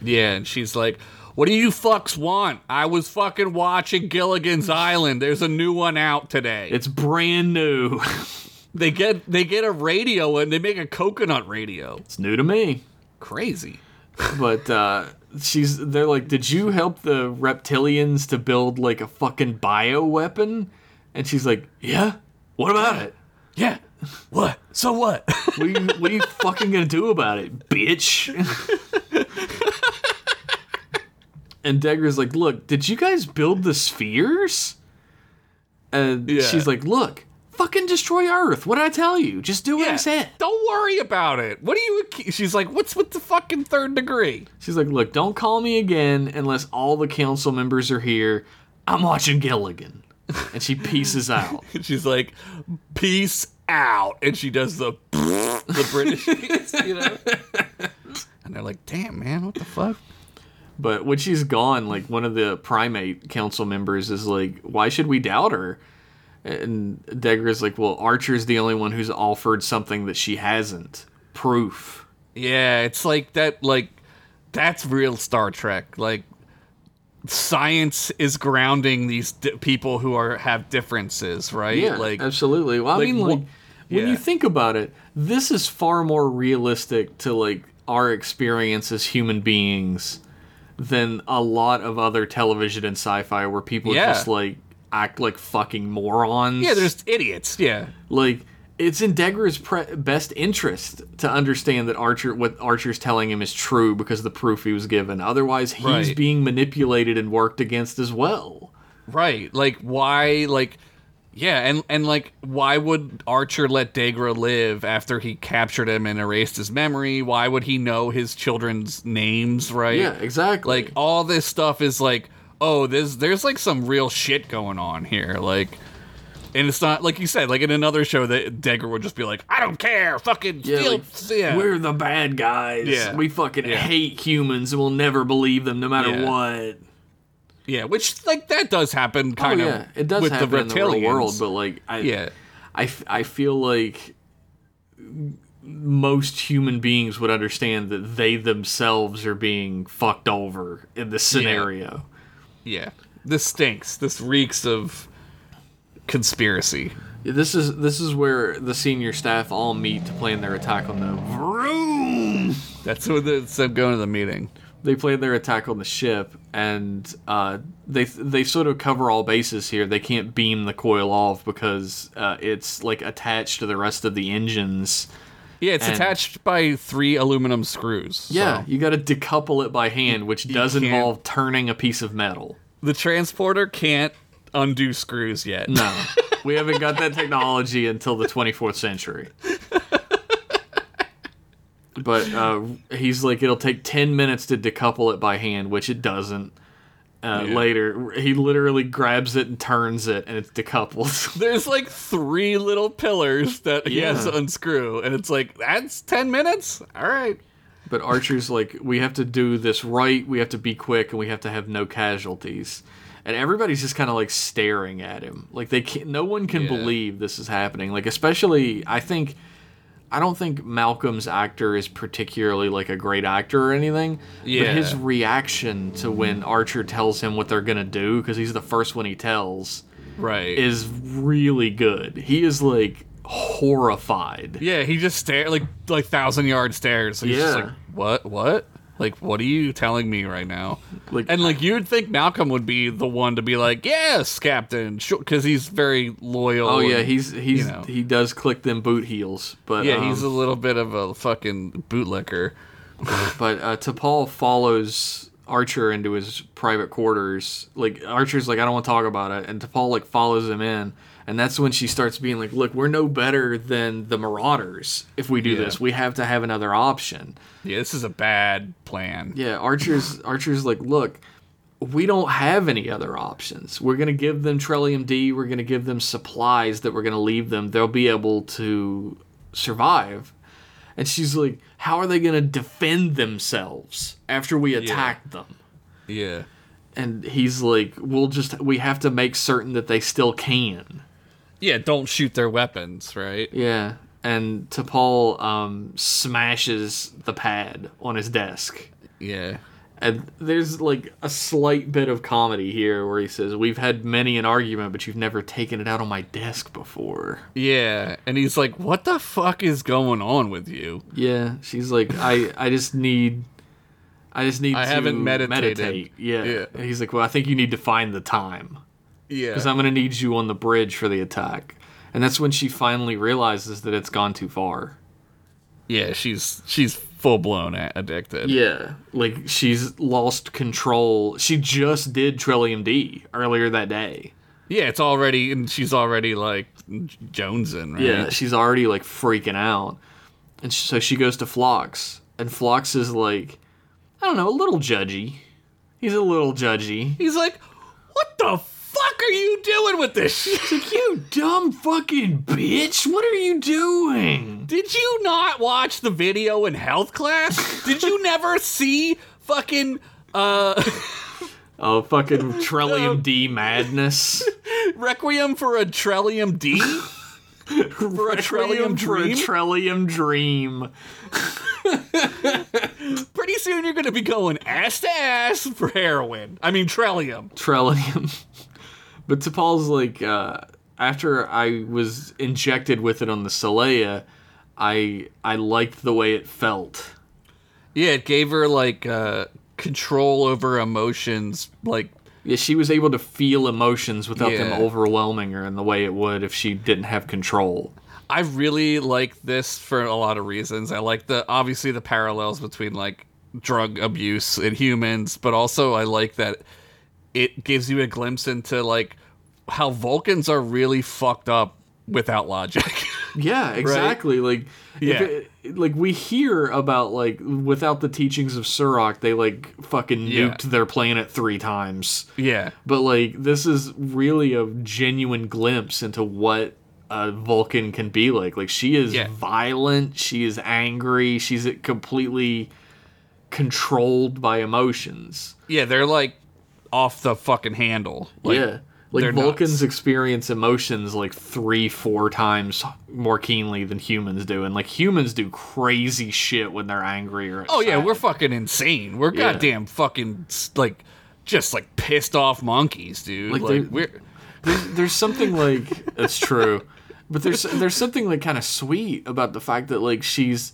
S2: Yeah, and she's like, "What do you fucks want? I was fucking watching Gilligan's Island. There's a new one out today.
S3: It's brand new.
S2: they get they get a radio and they make a coconut radio. It's
S3: it's new to me.
S2: crazy.
S3: but uh, she's they're like, "Did you help the reptilians to build like a fucking bio weapon?" And she's like, "Yeah. What about it?
S2: Yeah. What? So what?
S3: What are you, what are you fucking gonna do about it, bitch?" and Degra's like, "Look, did you guys build the spheres?" And
S2: Yeah.
S3: she's like, "Look." Fucking destroy Earth. What did I tell you? Just do what I said.
S2: Don't worry about it. What do you? ac- She's like, "What's with the fucking third degree?"
S3: She's like, Look, don't call me again unless all the council members are here. I'm watching Gilligan. And she pieces out.
S2: And she's like, "Peace out," and she does the the British, you know. And they're like, "Damn, man, what the fuck?"
S3: But when she's gone, like one of the primate council members is like, Why should we doubt her? And Degra's like, Well, Archer's the only one who's offered something that she hasn't. Proof.
S2: Yeah, it's like that. Like that's real Star Trek. Like science is grounding these di- people who are have differences, right?
S3: Yeah,
S2: like
S3: absolutely. Well, I
S2: like,
S3: mean,
S2: wha-
S3: like when
S2: yeah.
S3: you think about it, this is far more realistic to like our experience as human beings than a lot of other television and sci-fi where people
S2: Yeah.
S3: just like act like fucking morons.
S2: yeah, there's idiots. Yeah,
S3: like it's in Degra's pre- best interest to understand that Archer what Archer's telling him is true because of the proof he was given. Otherwise, he's
S2: Right.
S3: being manipulated and worked against as well.
S2: right. Like why? Like yeah, and and like why would Archer let Dagra live after he captured him and erased his memory? Why would he know his children's names? Right?
S3: Yeah, exactly.
S2: like all this stuff is like oh there's there's like some real shit going on here like and it's not like you said like in another show that Degger would just be like i don't care fucking
S3: Yeah,
S2: feel,
S3: like,
S2: yeah.
S3: we're the bad guys.
S2: Yeah.
S3: We fucking
S2: Yeah.
S3: hate humans and we'll never believe them no matter
S2: Yeah.
S3: what.
S2: yeah which like that does happen
S3: Oh,
S2: kind of
S3: yeah, it does
S2: with
S3: happen
S2: the
S3: in the real
S2: reptilians.
S3: world, but like, I,
S2: yeah
S3: I, f- I feel like most human beings would understand that they themselves are being fucked over in this scenario.
S2: yeah this stinks this reeks of conspiracy
S3: This is this is where the senior staff all meet to plan their attack on the Vroom.
S2: That's what the, instead of going to the meeting.
S3: they played their attack on the ship, and uh, they they sort of cover all bases here. They can't beam the coil off because uh, it's like attached to the rest of the engines.
S2: Yeah, it's
S3: And-
S2: attached by three aluminum screws. so-
S3: Yeah, you got to decouple it by hand, which does
S2: can't-
S3: involve turning a piece of metal.
S2: The transporter can't undo screws yet.
S3: No, we haven't got that technology until the 24th century. But uh, he's like, it'll take 10 minutes to decouple it by hand, which it doesn't. Uh,
S2: Yeah.
S3: Later, he literally grabs it and turns it, and it's decoupled.
S2: There's like three little pillars that he has to
S3: Yeah.
S2: unscrew, and it's like, that's 10 minutes? All right.
S3: but Archer's like, we have to do this right, we have to be quick, and we have to have no casualties. And everybody's just kind of like staring at him. Like, they can't, no one can
S2: Yeah.
S3: believe this is happening. Like, especially, I think, I don't think Malcolm's actor is particularly like a great actor or anything.
S2: Yeah. Mm-hmm.
S3: But his reaction to when Archer tells him what they're going to do, because he's the first one he tells,
S2: Right.
S3: is really good. He is like horrified.
S2: yeah, he just stared like like thousand yard stares. He's just
S3: Yeah.
S2: like, what? What? Like, what are you telling me right now?
S3: Like,
S2: And like you'd think Malcolm would be the one to be like, "Yes, Captain," because he's very loyal.
S3: Oh yeah,
S2: and-
S3: he's he's
S2: you know.
S3: he does click them boot heels, but
S2: yeah, he's a
S3: um,
S2: little bit of a fucking bootlicker.
S3: but uh, T'Pol follows Archer into his private quarters. Like Archer's like, I don't want to talk about it, and T'Pol like follows him in, and that's when she starts being like, Look, we're no better than the Marauders. If we do
S2: Yeah.
S3: this, we have to have another option.
S2: Yeah, this is a bad plan.
S3: Yeah, Archer's Archer's like, look, we don't have any other options. We're gonna give them Trillium D. We're gonna give them supplies that we're gonna leave them. They'll be able to survive. And she's like, how are they gonna defend themselves after we attack them?
S2: Yeah,
S3: And he's like, we'll just we have to make certain that they still can.
S2: yeah. Don't shoot their weapons, right?
S3: Yeah. And T'Pol um, smashes the pad on his desk.
S2: Yeah,
S3: And there's like a slight bit of comedy here where he says, We've had many an argument, but you've never taken it out on my desk before.
S2: yeah. And he's like, "What the fuck is going on with you?"
S3: Yeah. She's like, I, I just need. I just need
S2: I
S3: to
S2: haven't meditated.
S3: meditate. Yeah.
S2: Yeah.
S3: And he's like, Well, I think you need to find the time.
S2: Yeah,
S3: Because I'm going to need you on the bridge for the attack. And that's when she finally realizes that it's gone too far.
S2: yeah. She's she's full blown addicted.
S3: Yeah. Like, she's lost control. She just did Trillium D earlier that day.
S2: yeah. It's already and she's already like jonesing, right?
S3: Yeah, she's already like freaking out. And sh- so she goes to Phlox, and Phlox is like, I don't know, a little judgy. He's a little judgy.
S2: He's like, "What the fuck are you doing with this shit?"
S3: He's like, You dumb fucking bitch, what are you doing?
S2: Did you not watch the video in health class? Did you never see fucking uh
S3: Oh, fucking Trillium D madness.
S2: Requiem for a Trillium D?
S3: For
S2: a Trillium
S3: for a
S2: dream?
S3: Trillium dream.
S2: Pretty soon you're gonna be going ass to ass for heroin. I mean Trillium.
S3: Trillium. but T'Pol's like, uh, after I was injected with it on the Saleya, I I liked the way it felt.
S2: Yeah, it gave her like uh control over emotions like
S3: Yeah, she was able to feel emotions without
S2: Yeah.
S3: them overwhelming her in the way it would if she didn't have control.
S2: I really like this for a lot of reasons. I like the obviously the parallels between like drug abuse in humans, but also I like that it gives you a glimpse into like how Vulcans are really fucked up without logic.
S3: Yeah, exactly. Like,
S2: Yeah.
S3: if it, like we hear about like without the teachings of Surak, they like fucking
S2: Yeah.
S3: nuked their planet three times.
S2: yeah.
S3: But like this is really a genuine glimpse into what a Vulcan can be like. Like she is
S2: Yeah.
S3: violent, she is angry, she's completely controlled by emotions.
S2: Yeah, they're like off the fucking handle. Like,
S3: yeah. Like
S2: they're
S3: Vulcans
S2: nuts.
S3: experience emotions like three, four times more keenly than humans do, and like humans do crazy shit when they're angry or.
S2: Oh yeah,
S3: sad.
S2: we're fucking insane. We're
S3: Yeah.
S2: goddamn fucking like just like pissed off monkeys, dude.
S3: Like,
S2: Like,
S3: they-
S2: we're
S3: there's, there's something like that's true but there's there's something like kind of sweet about the fact that like she's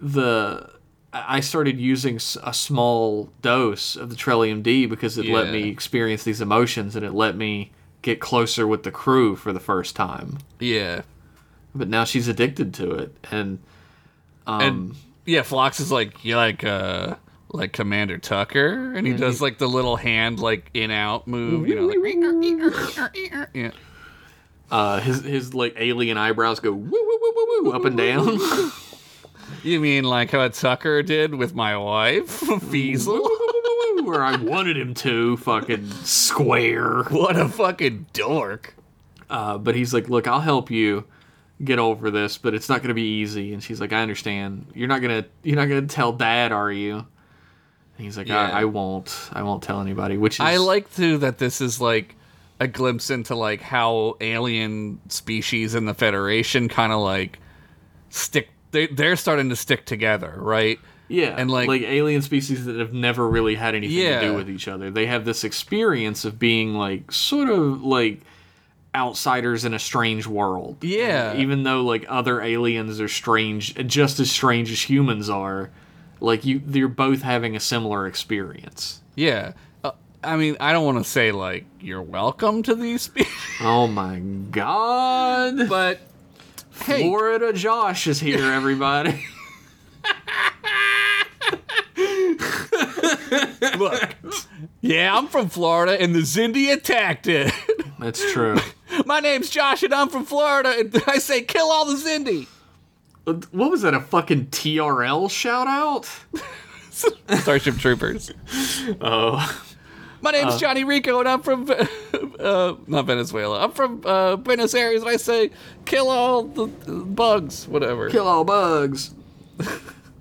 S3: the I started using s- a small dose of the Trillium D because it let
S2: Yeah.
S3: me experience these emotions and it let me get closer with the crew for the first time.
S2: Yeah.
S3: But now she's addicted to it, and
S2: and yeah, Phlox is like you like uh like Commander Tucker, and he does like the little hand like in out move, you know, like yeah.
S3: uh, his his like alien eyebrows go woo woo woo woo woo up and down.
S2: You mean like how Tucker did with my wife, Feasel?
S3: where I wanted him to fucking square.
S2: What a fucking dork!
S3: Uh, but he's like, look, I'll help you get over this, but it's not gonna be easy. And she's like, I understand. You're not gonna you're not gonna tell dad, are you? And he's like,
S2: Yeah.
S3: I, I won't. I won't tell anybody. Which is
S2: I like too that this is like a glimpse into like how alien species in the Federation kind of like stick. They, they're starting to stick together, right?
S3: yeah,
S2: and, like-
S3: like alien species that have never really had anything
S2: Yeah.
S3: to do with each other. They have this experience of being like sort of like outsiders in a strange world.
S2: Yeah.
S3: even though like other aliens are strange just as strange as humans are like you they're both having a similar experience
S2: Yeah. Uh, I mean, I don't want to say like you're welcome to these species,
S3: oh my god
S2: but hey,
S3: florida josh is here everybody
S2: look. Yeah, I'm from Florida, and the Zindi attacked it.
S3: that's true
S2: My name's Josh, and I'm from Florida, and I say kill all the Zindi.
S3: what was that a fucking trl shout out
S2: Starship Troopers.
S3: oh
S2: My name's Johnny Rico, and I'm from uh, not Venezuela. I'm from uh, Buenos Aires, and I say kill all the the bugs, whatever.
S3: kill all bugs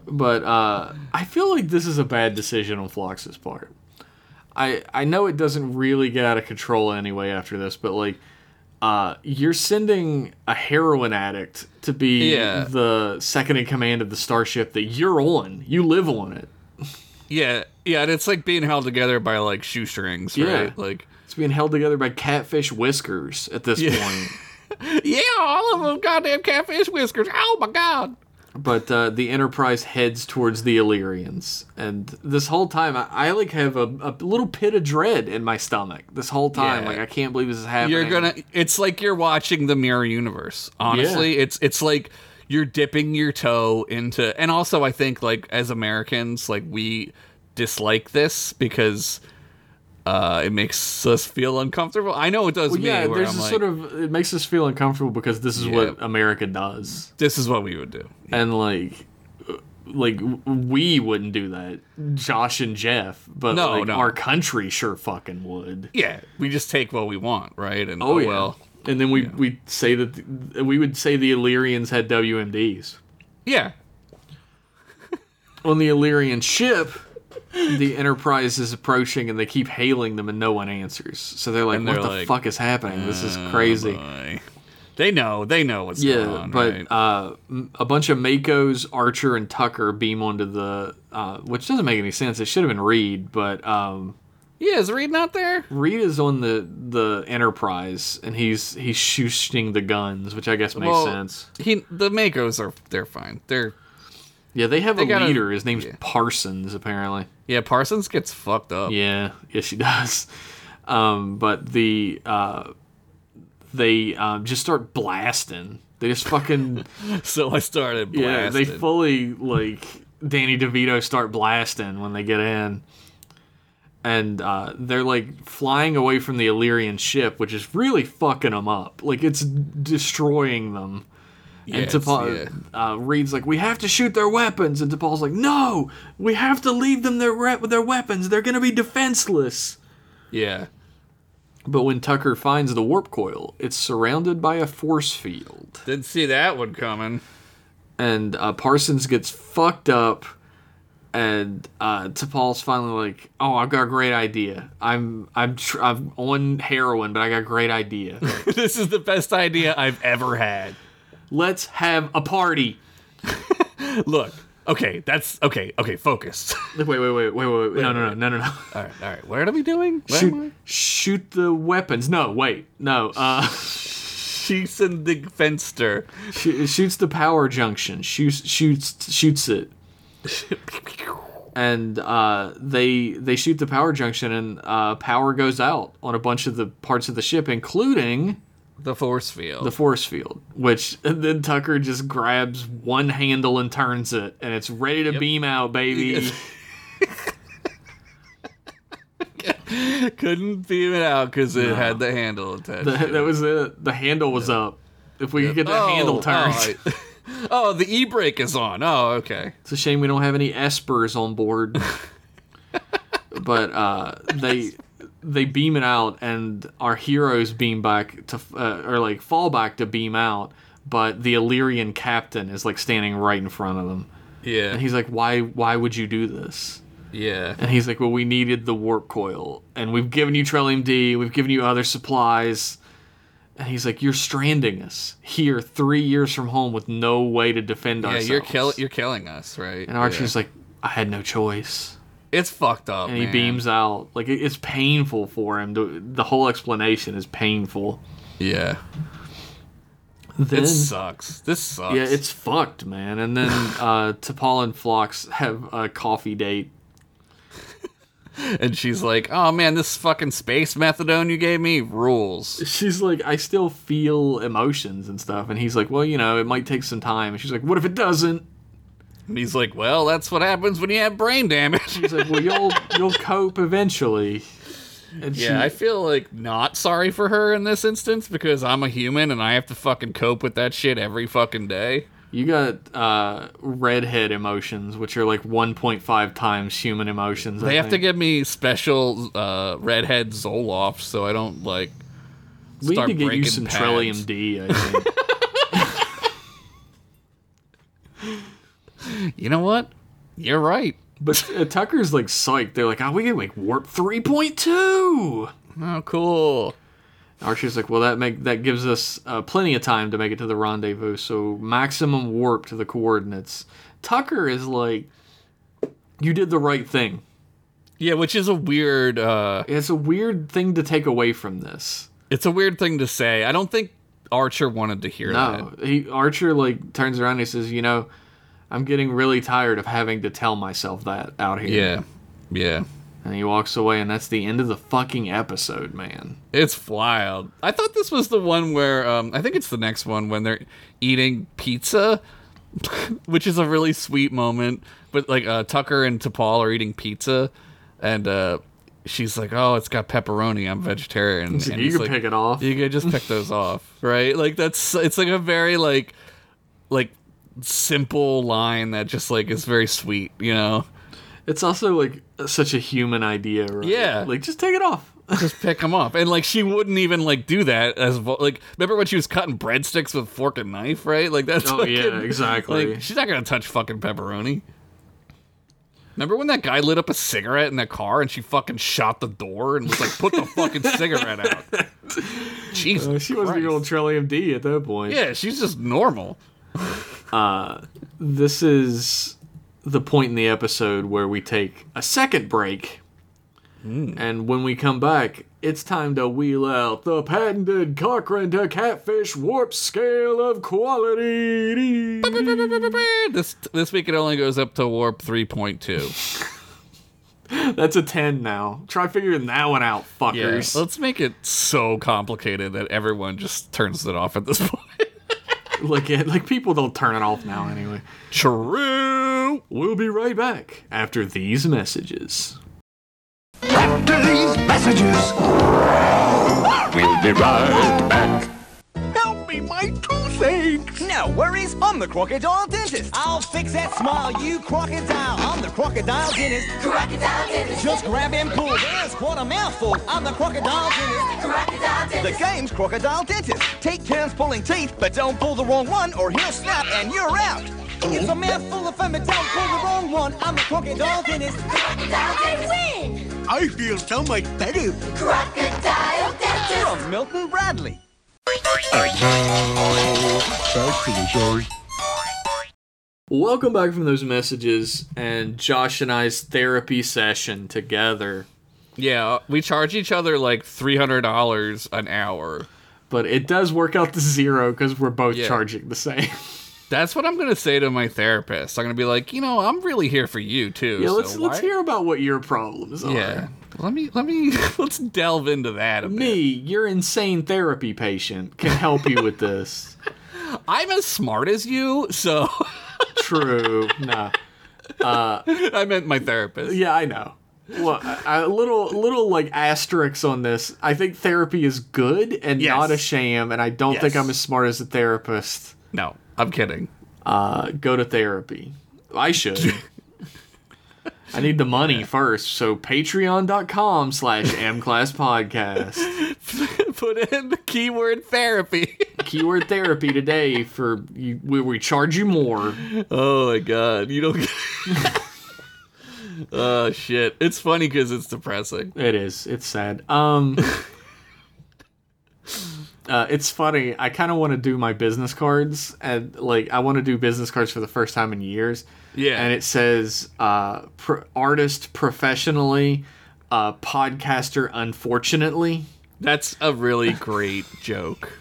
S3: but uh i feel like this is a bad decision on flox's part i i know it doesn't really get out of control anyway after this but like uh you're sending a heroin addict to be
S2: Yeah.
S3: the second in command of the starship that you're on you live on it
S2: Yeah, yeah, and it's like being held together by like shoestrings,
S3: Yeah.
S2: right? Like.
S3: it's being held together by catfish whiskers at this point
S2: Yeah, all of them goddamn catfish whiskers. Oh my god.
S3: but uh, the Enterprise heads towards the Illyrians, and this whole time I, I like have a, a little pit of dread in my stomach. This whole time,
S2: Yeah.
S3: like I can't believe this is happening.
S2: You're gonna it's like you're watching the mirror universe. Honestly, it's it's like you're dipping your toe into and also I think like as Americans, like we dislike this because uh, it makes us feel uncomfortable. I know it does
S3: Well,
S2: me.
S3: yeah,
S2: where
S3: there's
S2: I'm
S3: a
S2: like,
S3: sort of it makes us feel uncomfortable because this is what
S2: Yeah.
S3: America does,
S2: this is what we would do.
S3: and like. uh, Like w- we wouldn't do that, Josh and Jeff, but
S2: No,
S3: like
S2: no.
S3: our country sure fucking would.
S2: Yeah, we just take what we want, right? And
S3: Oh, yeah.
S2: well,
S3: and then we we say that th- we would say the Illyrians had WMDs.
S2: yeah,
S3: on the Illyrian ship, the Enterprise is approaching and they keep hailing them and no one answers. So they're like,
S2: And they're
S3: what the
S2: like, "Ah,
S3: fuck is happening? This is crazy.
S2: boy. They know, they know what's going
S3: yeah,
S2: on,
S3: but
S2: right?
S3: uh, m- a bunch of Makos, Archer, and Tucker beam onto the, uh, which doesn't make any sense. It should have been Reed, but um,
S2: yeah, is Reed not there?
S3: Reed is on the the Enterprise and he's he's shooting the guns, which I guess makes
S2: Well,
S3: sense.
S2: He, the Makos are they're fine. They're
S3: Yeah, they have a
S2: gotta-
S3: leader. His name's
S2: yeah.
S3: Parsons, apparently.
S2: yeah. Parsons gets fucked up.
S3: Yeah, yeah, she does. Um, but the uh, they um, just start blasting. They just fucking
S2: So I started
S3: yeah.
S2: blasting.
S3: They fully like Danny DeVito start blasting when they get in, and uh, they're like flying away from the Illyrian ship, which is really fucking them up. Like it's destroying them.
S2: yeah,
S3: And
S2: it's-
S3: T'Pol uh, Reed's like, we have to shoot their weapons, and T'Pol's like, no, we have to leave them their re- their weapons. They're gonna be defenseless.
S2: yeah,
S3: But when Tucker finds the warp coil, it's surrounded by a force field.
S2: didn't see that one coming.
S3: And uh, Parsons gets fucked up, and uh, T'Pol's finally like, "Oh, I've got a great idea. I'm I'm tr- I'm on heroin, but I got a great idea.
S2: this is the best idea I've ever had.
S3: Let's have a party."
S2: Look, okay, that's okay, okay. Focus.
S3: Wait, wait, wait, wait, wait, wait, wait. No, no, no, no, no, no.
S2: all right, all right. What are we doing? Where am I?
S3: Shoot, shoot the weapons. No, wait, no. Uh,
S2: She's in the fenster.
S3: sh- shoots the power junction. Shoots, shoots, shoots it. and uh, they they shoot the power junction, and uh, power goes out on a bunch of the parts of the ship, including
S2: The force field.
S3: the force field. Which and then Tucker just grabs one handle and turns it, and it's ready to beam out, baby.
S2: Couldn't beam it out because it had the handle attached.
S3: The-
S2: to it.
S3: that was it. The handle was up. If we could get that
S2: Oh,
S3: handle turned.
S2: Oh, I- oh, the e brake is on. Oh, okay.
S3: It's a shame we don't have any espers on board. but uh, they they beam it out, and our heroes beam back to uh, or like fall back to beam out. But the Illyrian captain is like standing right in front of them, and
S2: Yeah.
S3: he's like, "Why? Why would you do this?"
S2: Yeah.
S3: And he's like, "Well, we needed the warp coil, and we've given you Trillium D, we've given you other supplies." And he's like, "You're stranding us here, three years from home, with no way to defend
S2: Yeah,
S3: ourselves."
S2: you're kill- you're killing us, right?
S3: And Archer's like, I had no choice.
S2: it's fucked up.
S3: And he
S2: man.
S3: beams out. Like, it- it's painful for him. The, the whole explanation is painful.
S2: Yeah,
S3: Then,
S2: it sucks. This sucks.
S3: yeah, it's fucked, man. And then uh, T'Pol and Phlox have a coffee date.
S2: and she's like, "Oh man, this fucking space methadone you gave me rules."
S3: She's like, I still feel emotions and stuff. And he's like, Well, you know, it might take some time. And she's like, What if it doesn't?
S2: And he's like, "Well, that's what happens when you have brain damage."
S3: He's like, Well, you'll you'll cope eventually. And
S2: yeah, I feel like not sorry for her in this instance because I'm a human and I have to fucking cope with that shit every fucking day.
S3: You got uh, redhead emotions, which are like 1.5 times human emotions.
S2: They have to give me special uh, redhead Zoloft so I don't like.
S3: We
S2: start
S3: need to get you
S2: breaking
S3: some
S2: pads.
S3: Trillium D. I think.
S2: You know what? You're right.
S3: but uh, Tucker's like psyched. They're like, "Oh, we can make warp 3.2."
S2: Oh, cool.
S3: Archer's like, "Well, that make that gives us uh, plenty of time to make it to the rendezvous. So maximum warp to the coordinates." Tucker is like, "You did the right thing."
S2: Yeah, which is a weird. Uh,
S3: It's a weird thing to take away from this.
S2: it's a weird thing to say. I don't think Archer wanted to hear
S3: No, Oh, he Archer like turns around and he says, "You know, I'm getting really tired of having to tell myself that out
S2: that.
S3: here."
S2: Yeah, yeah.
S3: And he walks away, and that's the end of the fucking episode, man.
S2: It's wild. I thought this was the one where um, I think it's the next one when they're eating pizza, which is a really sweet moment. But like uh, Tucker and T'Pol are eating pizza, and uh, she's like, "Oh, it's got pepperoni. I'm vegetarian."
S3: He's like,
S2: and
S3: you
S2: he's
S3: can
S2: like,
S3: pick it off.
S2: You could just pick those off, right? Like that's it's like a very like like simple line that just like is very sweet, you know.
S3: It's also like such a human idea, right?
S2: Yeah.
S3: Like just take it off.
S2: Just pick them up, and like she wouldn't even like do that as vo- like remember when she was cutting breadsticks with fork and knife, right? Like that's
S3: Oh, yeah,
S2: fucking-
S3: exactly.
S2: Like she's not gonna touch fucking pepperoni. Remember when that guy lit up a cigarette in the car and she fucking shot the door and was like, "Put the fucking cigarette out." Jesus,
S3: Uh, she wasn't
S2: Oh, Christ.
S3: even on Trillium D at that point.
S2: Yeah, she's just normal.
S3: This is the point in the episode where we take a second break.
S2: Hmm.
S3: And when we come back, it's time to wheel out the patented Cochrane to Catfish Warp Scale of Quality.
S2: This this week it only goes up to warp 3.2.
S3: That's a 10 now. Try figuring that one out, fuckers.
S2: Let's make it so complicated that everyone just turns it off at this point.
S3: Like, it, like, people don't turn it off now anyway.
S2: True.
S3: We'll be right back after these messages.
S4: After these messages, we'll be right back.
S8: Help me, my toothache! No worries, I'm the crocodile dentist. I'll fix that smile, you crocodile. I'm the crocodile dentist.
S6: Crocodile dentist.
S8: Just grab and pull. There's quite a mouthful. I'm the crocodile dentist.
S6: Crocodile
S8: The
S6: dentist.
S8: game's crocodile dentist. Take turns pulling teeth, but don't pull the wrong one or he'll snap and you're out. It's a mouthful of fun, but don't pull the wrong one. I'm the crocodile dentist.
S6: Crocodile dentist. I win.
S8: I feel so much better.
S6: Crocodile dentist.
S8: From Milton Bradley.
S3: Welcome back from those messages and Josh and I's therapy session together.
S2: Yeah, we charge each other like $300 an hour.
S3: But it does work out to zero because we're both
S2: Yeah.
S3: charging the same.
S2: That's what I'm gonna say to my therapist. I'm gonna be like, you know, I'm really here for you too.
S3: Yeah,
S2: so
S3: let's let's
S2: why-
S3: hear about what your problems are.
S2: Yeah, let me let me let's delve into that a bit.
S3: Me, your insane therapy patient, can help you with this.
S2: I'm as smart as you, so
S3: True. Nah.
S2: I meant my therapist.
S3: Yeah, I know. Well, a a little little like asterisks on this. I think therapy is good and
S2: Yes.
S3: not a sham, and I don't think
S2: Yes.
S3: I'm as smart as a therapist.
S2: No, I'm kidding.
S3: Uh, go to therapy. I should. I need the money first, so patreon.com slash mclasspodcast.
S2: Put in the keyword therapy.
S3: Keyword therapy today for you, where we charge you more.
S2: Oh my god, you don't. oh shit, it's funny because it's depressing.
S3: It is. It's sad. Um, uh, it's funny. I kind of want to do my business cards, and like I want to do business cards for the first time in years.
S2: Yeah.
S3: And it says uh, pro- artist professionally, uh, podcaster unfortunately.
S2: That's a really great joke.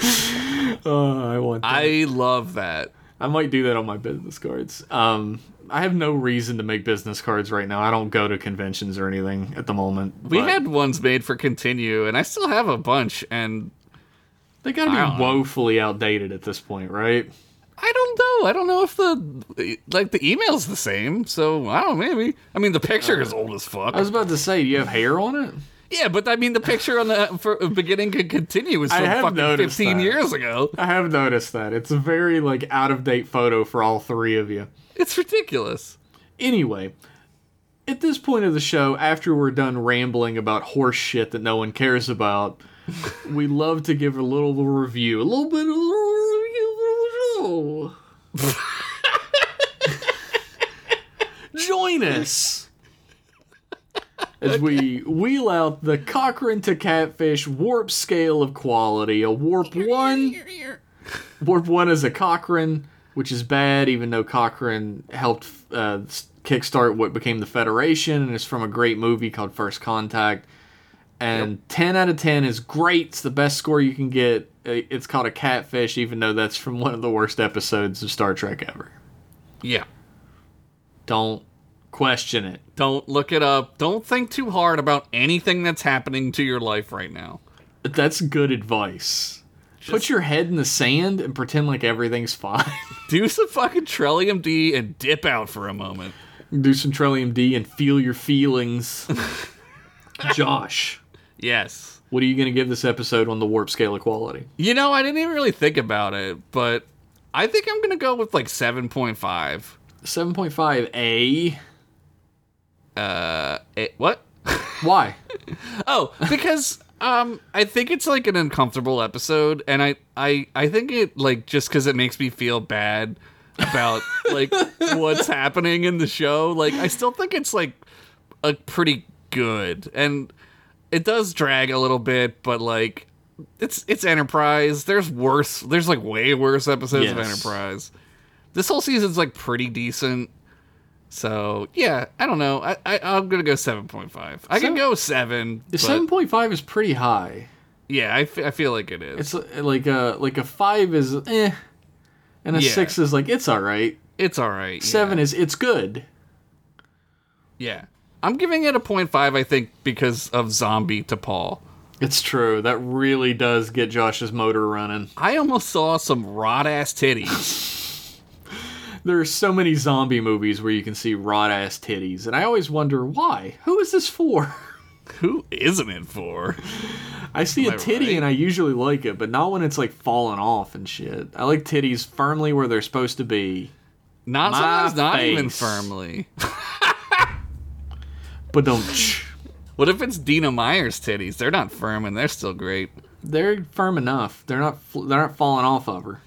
S3: Oh, I want. That.
S2: I love that.
S3: I might do that on my business cards. Um, I have no reason to make business cards right now. I don't go to conventions or anything at the moment.
S2: We
S3: but
S2: had ones made for continue, and I still have a bunch. And
S3: they gotta
S2: I don't
S3: be
S2: know.
S3: woefully outdated at this point, right?
S2: I don't know. I don't know if the like the email's the same. So I don't. know, Maybe. I mean, the picture is old as fuck.
S3: I was about to say, do you have hair on it?
S2: yeah, but I mean, the picture on the for, beginning could continue is
S3: I
S2: from
S3: have
S2: fucking
S3: noticed
S2: fifteen
S3: that.
S2: years ago.
S3: I have noticed that. It's a very like out of date photo for all three of you.
S2: It's ridiculous.
S3: Anyway, at this point of the show, after we're done rambling about horse shit that no one cares about, we love to give a little review, a little bit of a little review. Join us as we wheel out the Cochrane to Catfish warp scale of quality, a warp one. Warp One is a Cochrane, which is bad, even though Cochrane helped uh, s- kickstart what became the Federation, and it's from a great movie called First Contact. And 10 out of 10 is great. It's the best score you can get. I- It's called a catfish, even though that's from one of the worst episodes of Star Trek ever.
S2: Yeah.
S3: Don't question it.
S2: Don't look it up. Don't think too hard about anything that's happening to your life right now.
S3: But That's good advice. Put your head in the sand and pretend like everything's fine.
S2: Do some fucking Trillium D and dip out for a moment.
S3: Do some Trillium D and feel your feelings. Josh.
S2: Yes.
S3: What are you going to give this episode on the warp scale of quality?
S2: You know, I didn't even really think about it, but I think I'm gonna go with like 7.5.
S3: 7.5 A.
S2: Eh, what?
S3: Why?
S2: Oh, because um, I think it's like an uncomfortable episode, and I I I think it like just because it makes me feel bad about like what's happening in the show. Like I still think it's like a pretty good, and it does drag a little bit, but like it's it's Enterprise. There's worse. There's like way worse episodes of
S3: Yes.
S2: Enterprise. This whole season's like pretty decent. So yeah, I don't know. I, I I'm gonna go seven point five. I
S3: Seven-
S2: can go seven. but-
S3: 7.5 is pretty high.
S2: yeah, I, f- I feel like it
S3: It's
S2: is.
S3: li- like a like a 5 is eh and a
S2: Yeah.
S3: 6 is like it's all right.
S2: it's all right. yeah.
S3: 7 is it's good.
S2: yeah. I'm giving it a point five. I think because of Zombie to Paul.
S3: It's true. That really does get Josh's motor running.
S2: I almost saw some rod ass titties.
S3: There are so many zombie movies where you can see rod ass titties and I always wonder why. Who is this for?
S2: Who isn't it for?
S3: I see
S2: Am
S3: a
S2: I
S3: titty
S2: right?
S3: and I usually like it, but not when it's like falling off and shit. I like titties firmly where they're supposed to be.
S2: Not
S3: My
S2: sometimes, not even
S3: face.
S2: firmly.
S3: But don't.
S2: What if it's Dina Meyer's titties? They're not firm and they're still great.
S3: They're firm enough. They're not. fl- They're not falling off of her.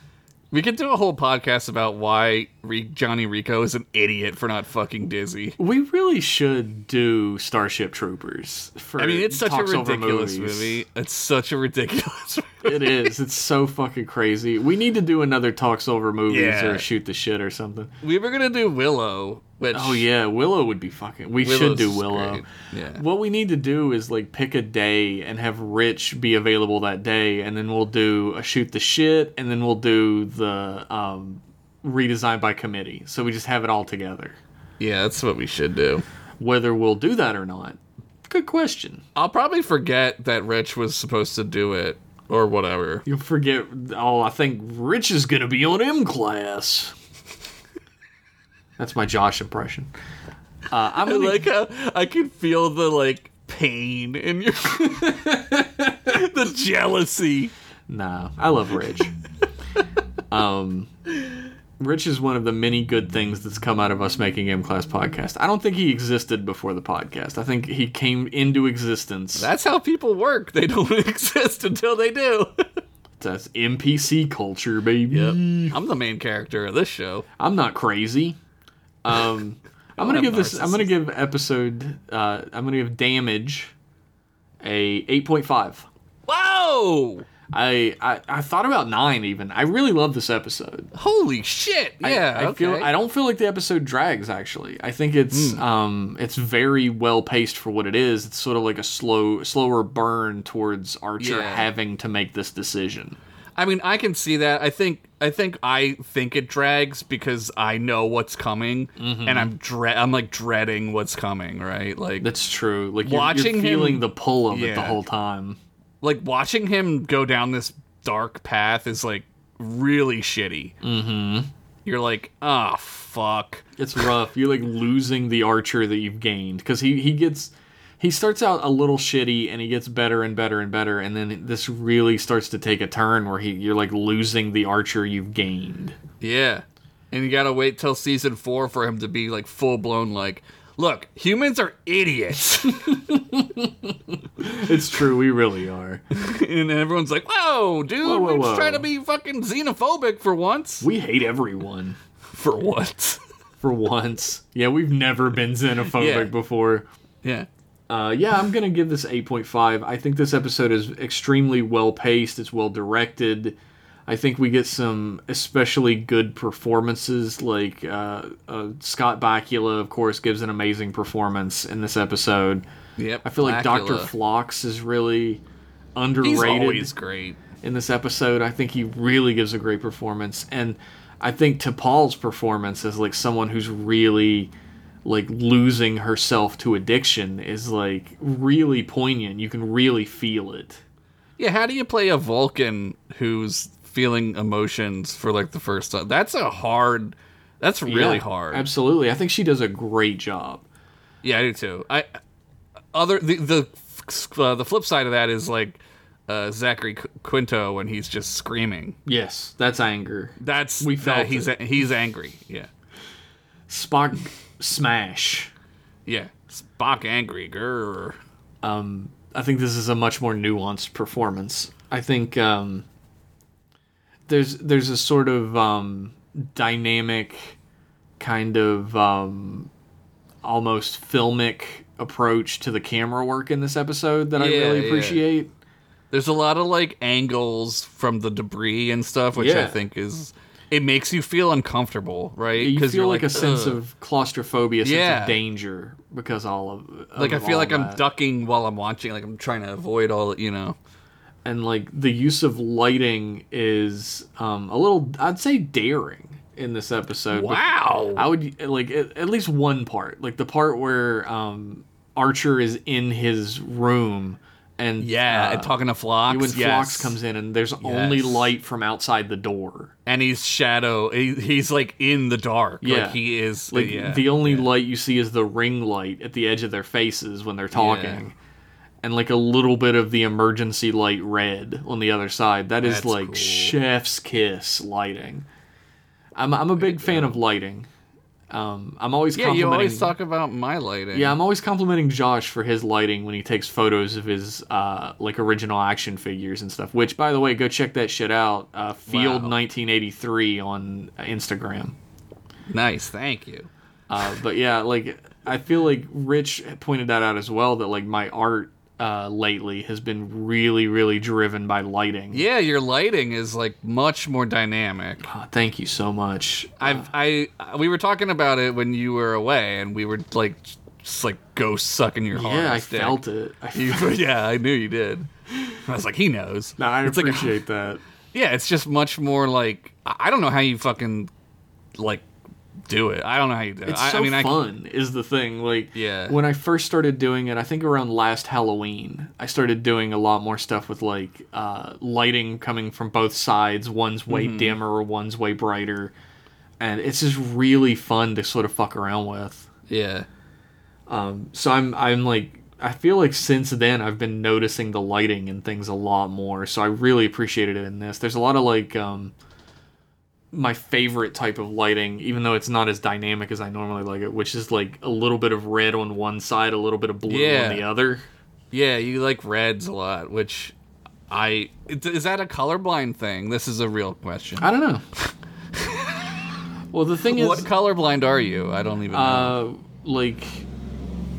S2: We could do a whole podcast about why Re- Johnny Rico is an idiot for not fucking Dizzy.
S3: We really should do Starship Troopers. For
S2: I mean, it's such a
S3: talks over
S2: ridiculous
S3: movies.
S2: movie. It's such a ridiculous movie.
S3: It is. It's so fucking crazy. We need to do another talks over movies
S2: Yeah.
S3: or shoot the shit or something.
S2: We were gonna do Willow, which
S3: Oh yeah, Willow would be fucking. We should
S2: Willow's
S3: do
S2: is
S3: Willow.
S2: great. Yeah.
S3: What we need to do is like pick a day and have Rich be available that day, and then we'll do a shoot the shit, and then we'll do the um, redesign by committee. So we just have it all together.
S2: yeah, that's what we should do.
S3: Whether we'll do that or not, good question.
S2: I'll probably forget that Rich was supposed to do it or whatever.
S3: You'll forget. Oh, I think Rich is gonna be on M class. That's my Josh impression. Uh, I'm
S2: I
S3: gonna
S2: like how I can feel the like pain in your the jealousy.
S3: Nah, I love Rich. um, Rich is one of the many good things that's come out of us making M Class podcast. I don't think he existed before the podcast. I think he came into existence.
S2: That's how people work. They don't exist until they do.
S3: That's MPC culture, baby.
S2: I'm the main character of this show.
S3: I'm not crazy. Um, I'm gonna
S2: I'm
S3: give this. I'm gonna
S2: narcissist.
S3: give episode. Uh, I'm gonna give damage a 8.5.
S2: Whoa!
S3: I, I I thought about nine even. I really love this episode.
S2: Holy shit! Yeah,
S3: I, I
S2: okay. Hmm.
S3: feel I don't feel like the episode drags actually. I think it's um it's very well paced for what it is. It's sort of like a slow slower burn towards Archer
S2: Yeah.
S3: having to make this decision.
S2: I mean, I can see that. I think I think I think it drags because I know what's coming, and I'm dre- I'm like dreading what's coming, right? Like
S3: That's true. Like you're, you're
S2: Watching him-
S3: feeling the pull of it the
S2: Yeah.
S3: whole time.
S2: like watching him go down this dark path is like really shitty. Mm-hmm. You're like, ah, fuck.
S3: It's rough. You're like losing the Archer that you've gained because he he gets he starts out a little shitty and he gets better and better and better and then this really starts to take a turn where he you're like losing the Archer you've gained.
S2: Yeah. And you gotta wait till season four for him to be like full blown like, look, humans are idiots.
S3: It's true. We really are.
S2: and everyone's like, whoa, dude,
S3: Whoa, whoa,
S2: we're
S3: whoa.
S2: just trying to be fucking xenophobic for once.
S3: We hate everyone.
S2: for once.
S3: for once. Yeah, we've never been xenophobic
S2: Yeah.
S3: before.
S2: yeah.
S3: Uh, yeah, I'm gonna give this 8.5. I think this episode is extremely well paced. It's well directed. I think we get some especially good performances. Like uh, uh, Scott Bakula, of course, gives an amazing performance in this episode.
S2: Yep.
S3: I feel like Doctor
S2: Blackula.
S3: Flox is really
S2: He's
S3: underrated.
S2: always great.
S3: in this episode. I think he really gives a great performance, and I think T'Pol's performance as like someone who's really like losing herself to addiction is like really poignant. You can really feel it.
S2: Yeah, how do you play a Vulcan who's feeling emotions for like the first time? That's a hard. That's really
S3: Yeah,
S2: hard.
S3: Absolutely, I think she does a great job.
S2: Yeah, I do too. I other the the uh, the flip side of that is like uh, Zachary Qu- Quinto when he's just screaming.
S3: Yes, that's anger.
S2: That's
S3: We
S2: that
S3: felt
S2: he's
S3: it.
S2: he's angry. Yeah,
S3: Spock smash.
S2: yeah. Spock angry. Grr.
S3: I think this is a much more nuanced performance. I think um, there's there's a sort of um, dynamic, kind of um, almost filmic approach to the camera work in this episode that I
S2: Yeah,
S3: really
S2: yeah.
S3: appreciate.
S2: There's a lot of like angles from the debris and stuff, which
S3: Yeah.
S2: I think is it makes you feel uncomfortable, right?
S3: You
S2: 'Cause
S3: feel
S2: you're
S3: like, a sense
S2: "Ugh."
S3: of claustrophobia, sense
S2: Yeah.
S3: of danger because all of, of
S2: like I feel
S3: all
S2: like I'm
S3: that.
S2: ducking while I'm watching. Like I'm trying to avoid all you know.
S3: and like the use of lighting is um, a little I'd say daring in this episode. because-
S2: Wow.
S3: I would like at, at least one part, like the part where um, Archer is in his room and
S2: yeah,
S3: uh,
S2: and talking to Flox.
S3: when
S2: yes.
S3: Phlox comes in and there's only
S2: Yes.
S3: light from outside the door.
S2: and he's shadow. He, he's like in the dark.
S3: Yeah.
S2: like he is.
S3: Like
S2: yeah.
S3: the only light you see is the ring light at the edge of their faces when they're talking. And like a little bit of the emergency light red on the other side. That is
S2: That's
S3: like
S2: cool.
S3: chef's kiss lighting. I'm I'm a big fan of lighting. Um, I'm always
S2: yeah, you always
S3: complimenting-
S2: talk about my lighting.
S3: Yeah, I'm always complimenting Josh for his lighting when he takes photos of his uh, like original action figures and stuff. Which, by the way, go check that shit out. Uh, Field
S2: Wow.
S3: 1983 on Instagram.
S2: Nice, thank you.
S3: Uh, but yeah, like I feel like Rich pointed that out as well that like my art uh, lately has been really, really driven by lighting.
S2: Yeah, your lighting is like much more dynamic.
S3: Uh, thank you so much.
S2: I've I we were talking about it when you were away, and we were like just like ghost sucking your heart.
S3: yeah, I felt it. I
S2: You, yeah, I knew you did. I was like, he knows.
S3: No, I
S2: It's like a-
S3: appreciate that.
S2: Yeah, it's just much more like I I don't know how you fucking like do it. I don't know how you do it.
S3: It's
S2: I,
S3: so
S2: I mean, I
S3: fun is the thing. Like
S2: Yeah.
S3: when I first started doing it, I think around last Halloween, I started doing a lot more stuff with like uh, lighting coming from both sides. One's way
S2: Mm-hmm.
S3: dimmer, one's way brighter, and it's just really fun to sort of fuck around with.
S2: yeah.
S3: So I'm I'm like I feel like since then I've been noticing the lighting and things a lot more. So I really appreciated it in this. There's a lot of like um my favorite type of lighting, even though it's not as dynamic as I normally like it, which is like a little bit of red on one side, a little bit of blue
S2: Yeah.
S3: on the other.
S2: Yeah, you like reds a lot, which I it- is that a colorblind thing? This is a real question.
S3: I don't know. well, the thing is,
S2: What colorblind are you? I don't even know.
S3: uh, like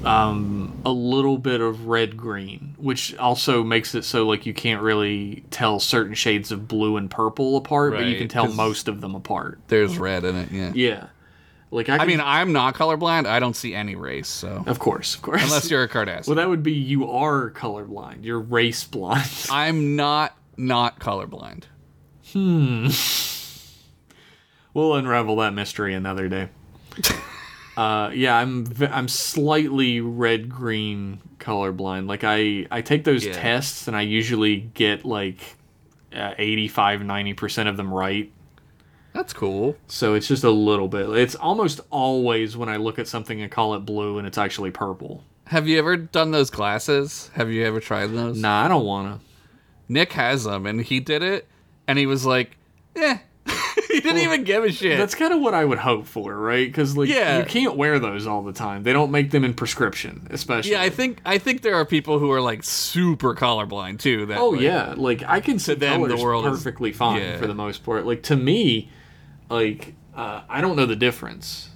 S3: um, a little bit of red green, which also makes it so like you can't really tell certain shades of blue and purple apart, but you
S2: Right,
S3: can tell
S2: 'cause-
S3: most of them apart.
S2: There's red in it. Yeah.
S3: Yeah, like I,
S2: I
S3: can-
S2: mean, I'm not colorblind. I don't see any race, so
S3: of course, of course,
S2: unless you're a Cardassian,
S3: well, that would be you are colorblind. You're race blind.
S2: I'm not not colorblind.
S3: we'll unravel that mystery another day. uh, yeah, I'm v- I'm slightly red green colorblind. Like I I take those
S2: Yeah.
S3: tests and I usually get like uh, 85 90% of them right.
S2: That's cool.
S3: So it's just a little bit. It's almost always when I look at something and call it blue and it's actually purple.
S2: Have you ever done those glasses? Have you ever tried those?
S3: Nah, I don't want to.
S2: Nick has them, and he did it, and he was like, "Eh." he didn't even give a shit.
S3: That's kind of what I would hope for, right? Cuz like
S2: Yeah.
S3: you can't wear those all the time. They don't make them in prescription, especially.
S2: yeah, I think I think there are people who are like super colorblind too. That
S3: Oh
S2: like-
S3: yeah, like I can see
S2: them, the
S3: colors
S2: world is-
S3: perfectly fine
S2: yeah.
S3: for the most part. Like to me, like uh, I don't know the difference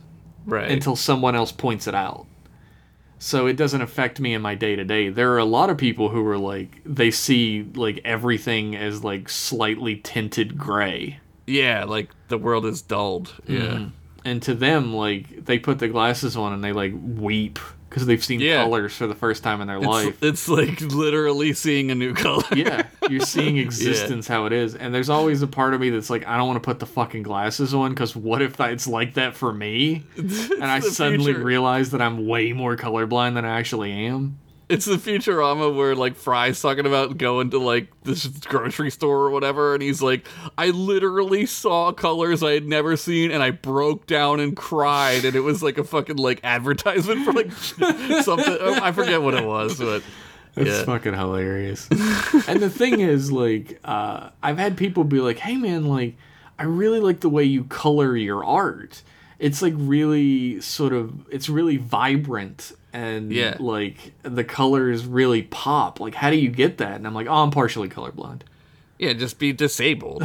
S2: right.
S3: until someone else points it out. So it doesn't affect me in my day to day. There are a lot of people who are like they see like everything as like slightly tinted gray.
S2: yeah, like the world is dulled. Yeah,
S3: Mm-hmm. and to them like they put the glasses on and they like weep because they've seen
S2: Yeah.
S3: colors for the first time in their life.
S2: it's, it's like literally seeing a new color.
S3: yeah, you're seeing existence how it is. And there's always a part of me that's like, I don't want to put the fucking glasses on because what if it's like that for me? and I
S2: the
S3: suddenly
S2: future.
S3: realize that I'm way more colorblind than I actually am.
S2: It's the Futurama where like Fry's talking about going to like this grocery store or whatever, and he's like, "I literally saw colors I had never seen, and I broke down and cried, and it was like a fucking like advertisement for like something. Oh, I forget what it was, but
S3: It's
S2: Yeah.
S3: fucking hilarious. and the thing is, like, uh, I've had people be like, "Hey, man, like, I really like the way you color your art. It's like really sort of, it's really vibrant, and
S2: Yeah.
S3: like the colors really pop. Like, how do you get that?" And I'm like, "Oh, I'm partially colorblind."
S2: yeah, just be disabled.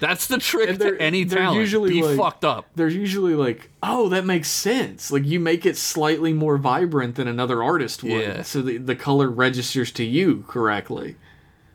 S2: That's the trick
S3: And they're-
S2: to any
S3: they're
S2: talent.
S3: usually,
S2: be
S3: like-
S2: fucked up.
S3: There's usually like, "Oh, that makes sense." Like, you make it slightly more vibrant than another artist would,
S2: Yeah.
S3: so the, the color registers to you correctly.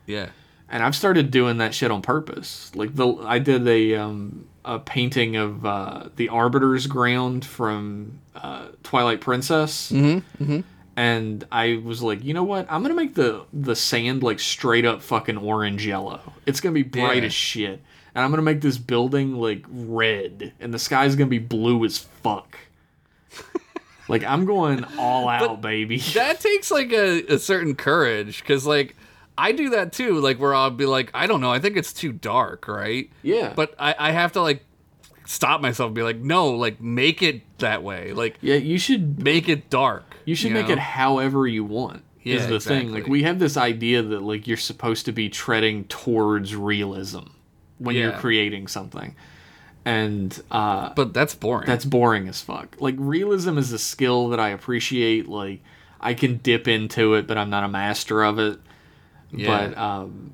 S2: Yeah,
S3: and I've started doing that shit on purpose. Like the I did a um, a painting of uh, the Arbiter's Ground from uh, Twilight Princess, mm-hmm, and I was like, you know what? I'm gonna make the the sand like straight up fucking orange yellow. It's gonna be bright
S2: Yeah.
S3: as shit, and I'm gonna make this building like red, and the sky's gonna be blue as fuck. like I'm going all out, baby.
S2: that takes like a, a certain courage because like i do that too like where i'll be like i don't know i think it's too dark right
S3: Yeah.
S2: but i, I have to like stop myself and be like no like make it that way like
S3: yeah, you should
S2: make it dark
S3: You should make
S2: know?
S3: it however you want.
S2: Yeah,
S3: is the thing.
S2: exactly.
S3: Like we have this idea that like you're supposed to be treading towards realism when you're
S2: Yeah.
S3: creating something, and uh,
S2: but that's boring
S3: that's boring as fuck. Like realism is a skill that I appreciate. Like I can dip into it, but I'm not a master of it.
S2: yeah.
S3: But um,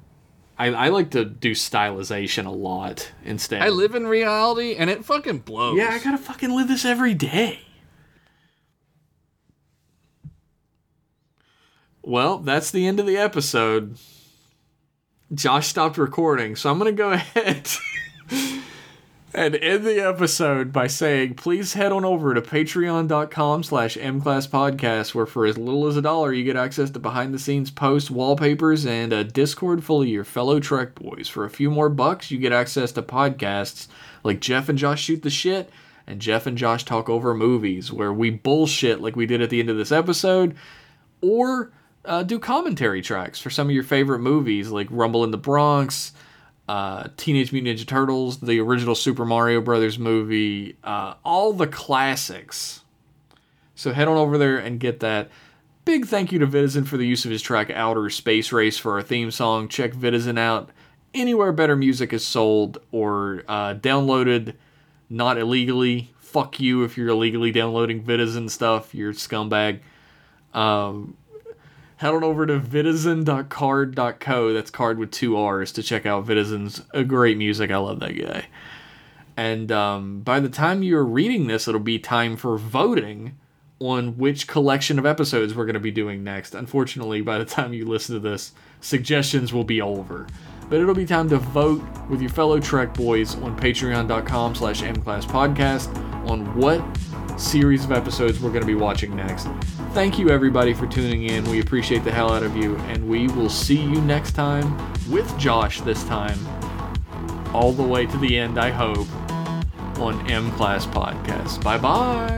S3: I, I like to do stylization a lot instead.
S2: I live in reality and it fucking blows.
S3: Yeah, I gotta fucking live this every day. Well, that's the end of the episode. Josh stopped recording, so I'm gonna go ahead and end the episode by saying please head on over to patreon.com slash mclasspodcast where for as little as a dollar you get access to behind the scenes posts wallpapers and a discord full of your fellow trek boys for a few more bucks you get access to podcasts like jeff and josh shoot the shit and jeff and josh talk over movies where we bullshit like we did at the end of this episode or uh, do commentary tracks for some of your favorite movies like rumble in the bronx uh, Teenage Mutant Ninja Turtles, the original Super Mario Brothers movie, uh, all the classics. So head on over there and get that. Big thank you to Vitizen for the use of his track Outer Space Race for our theme song. Check Vitizen out anywhere better music is sold or uh, downloaded, not illegally. Fuck you if you're illegally downloading Vitizen stuff, you're a scumbag. Um, head on over to vitizen.card.co. That's card with two R's to check out Vitizen's uh, great music. I love that guy. And um, by the time you're reading this, it'll be time for voting on which collection of episodes we're going to be doing next. Unfortunately, by the time you listen to this, suggestions will be over. But it'll be time to vote with your fellow Trek boys on patreon.com slash mclasspodcast on what series of episodes we're going to be watching next. Thank you, everybody, for tuning in. We appreciate the hell out of you, and we will see you next time with Josh this time, all the way to the end, I hope, on M Class Podcast. Bye bye.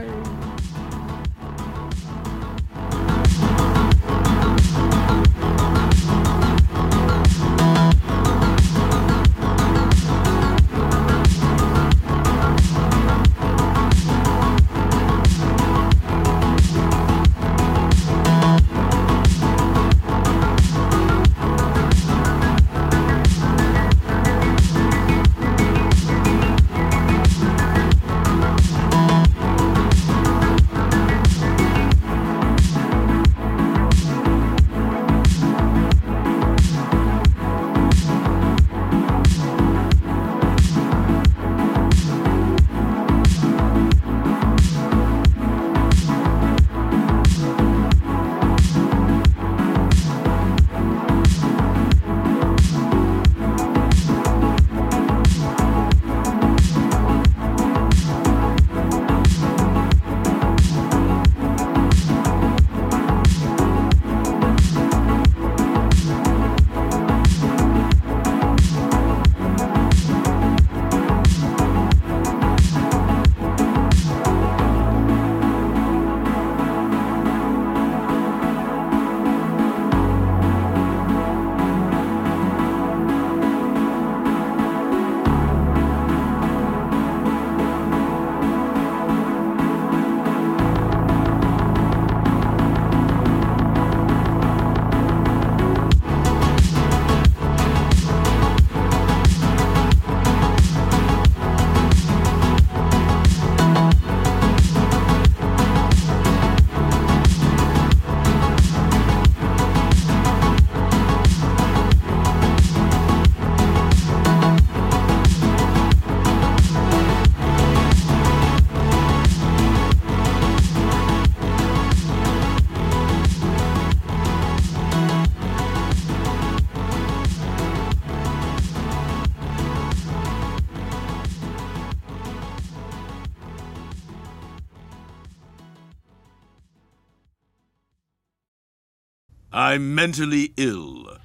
S9: I'm mentally ill.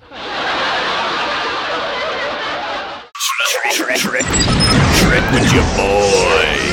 S4: Trek with your boys.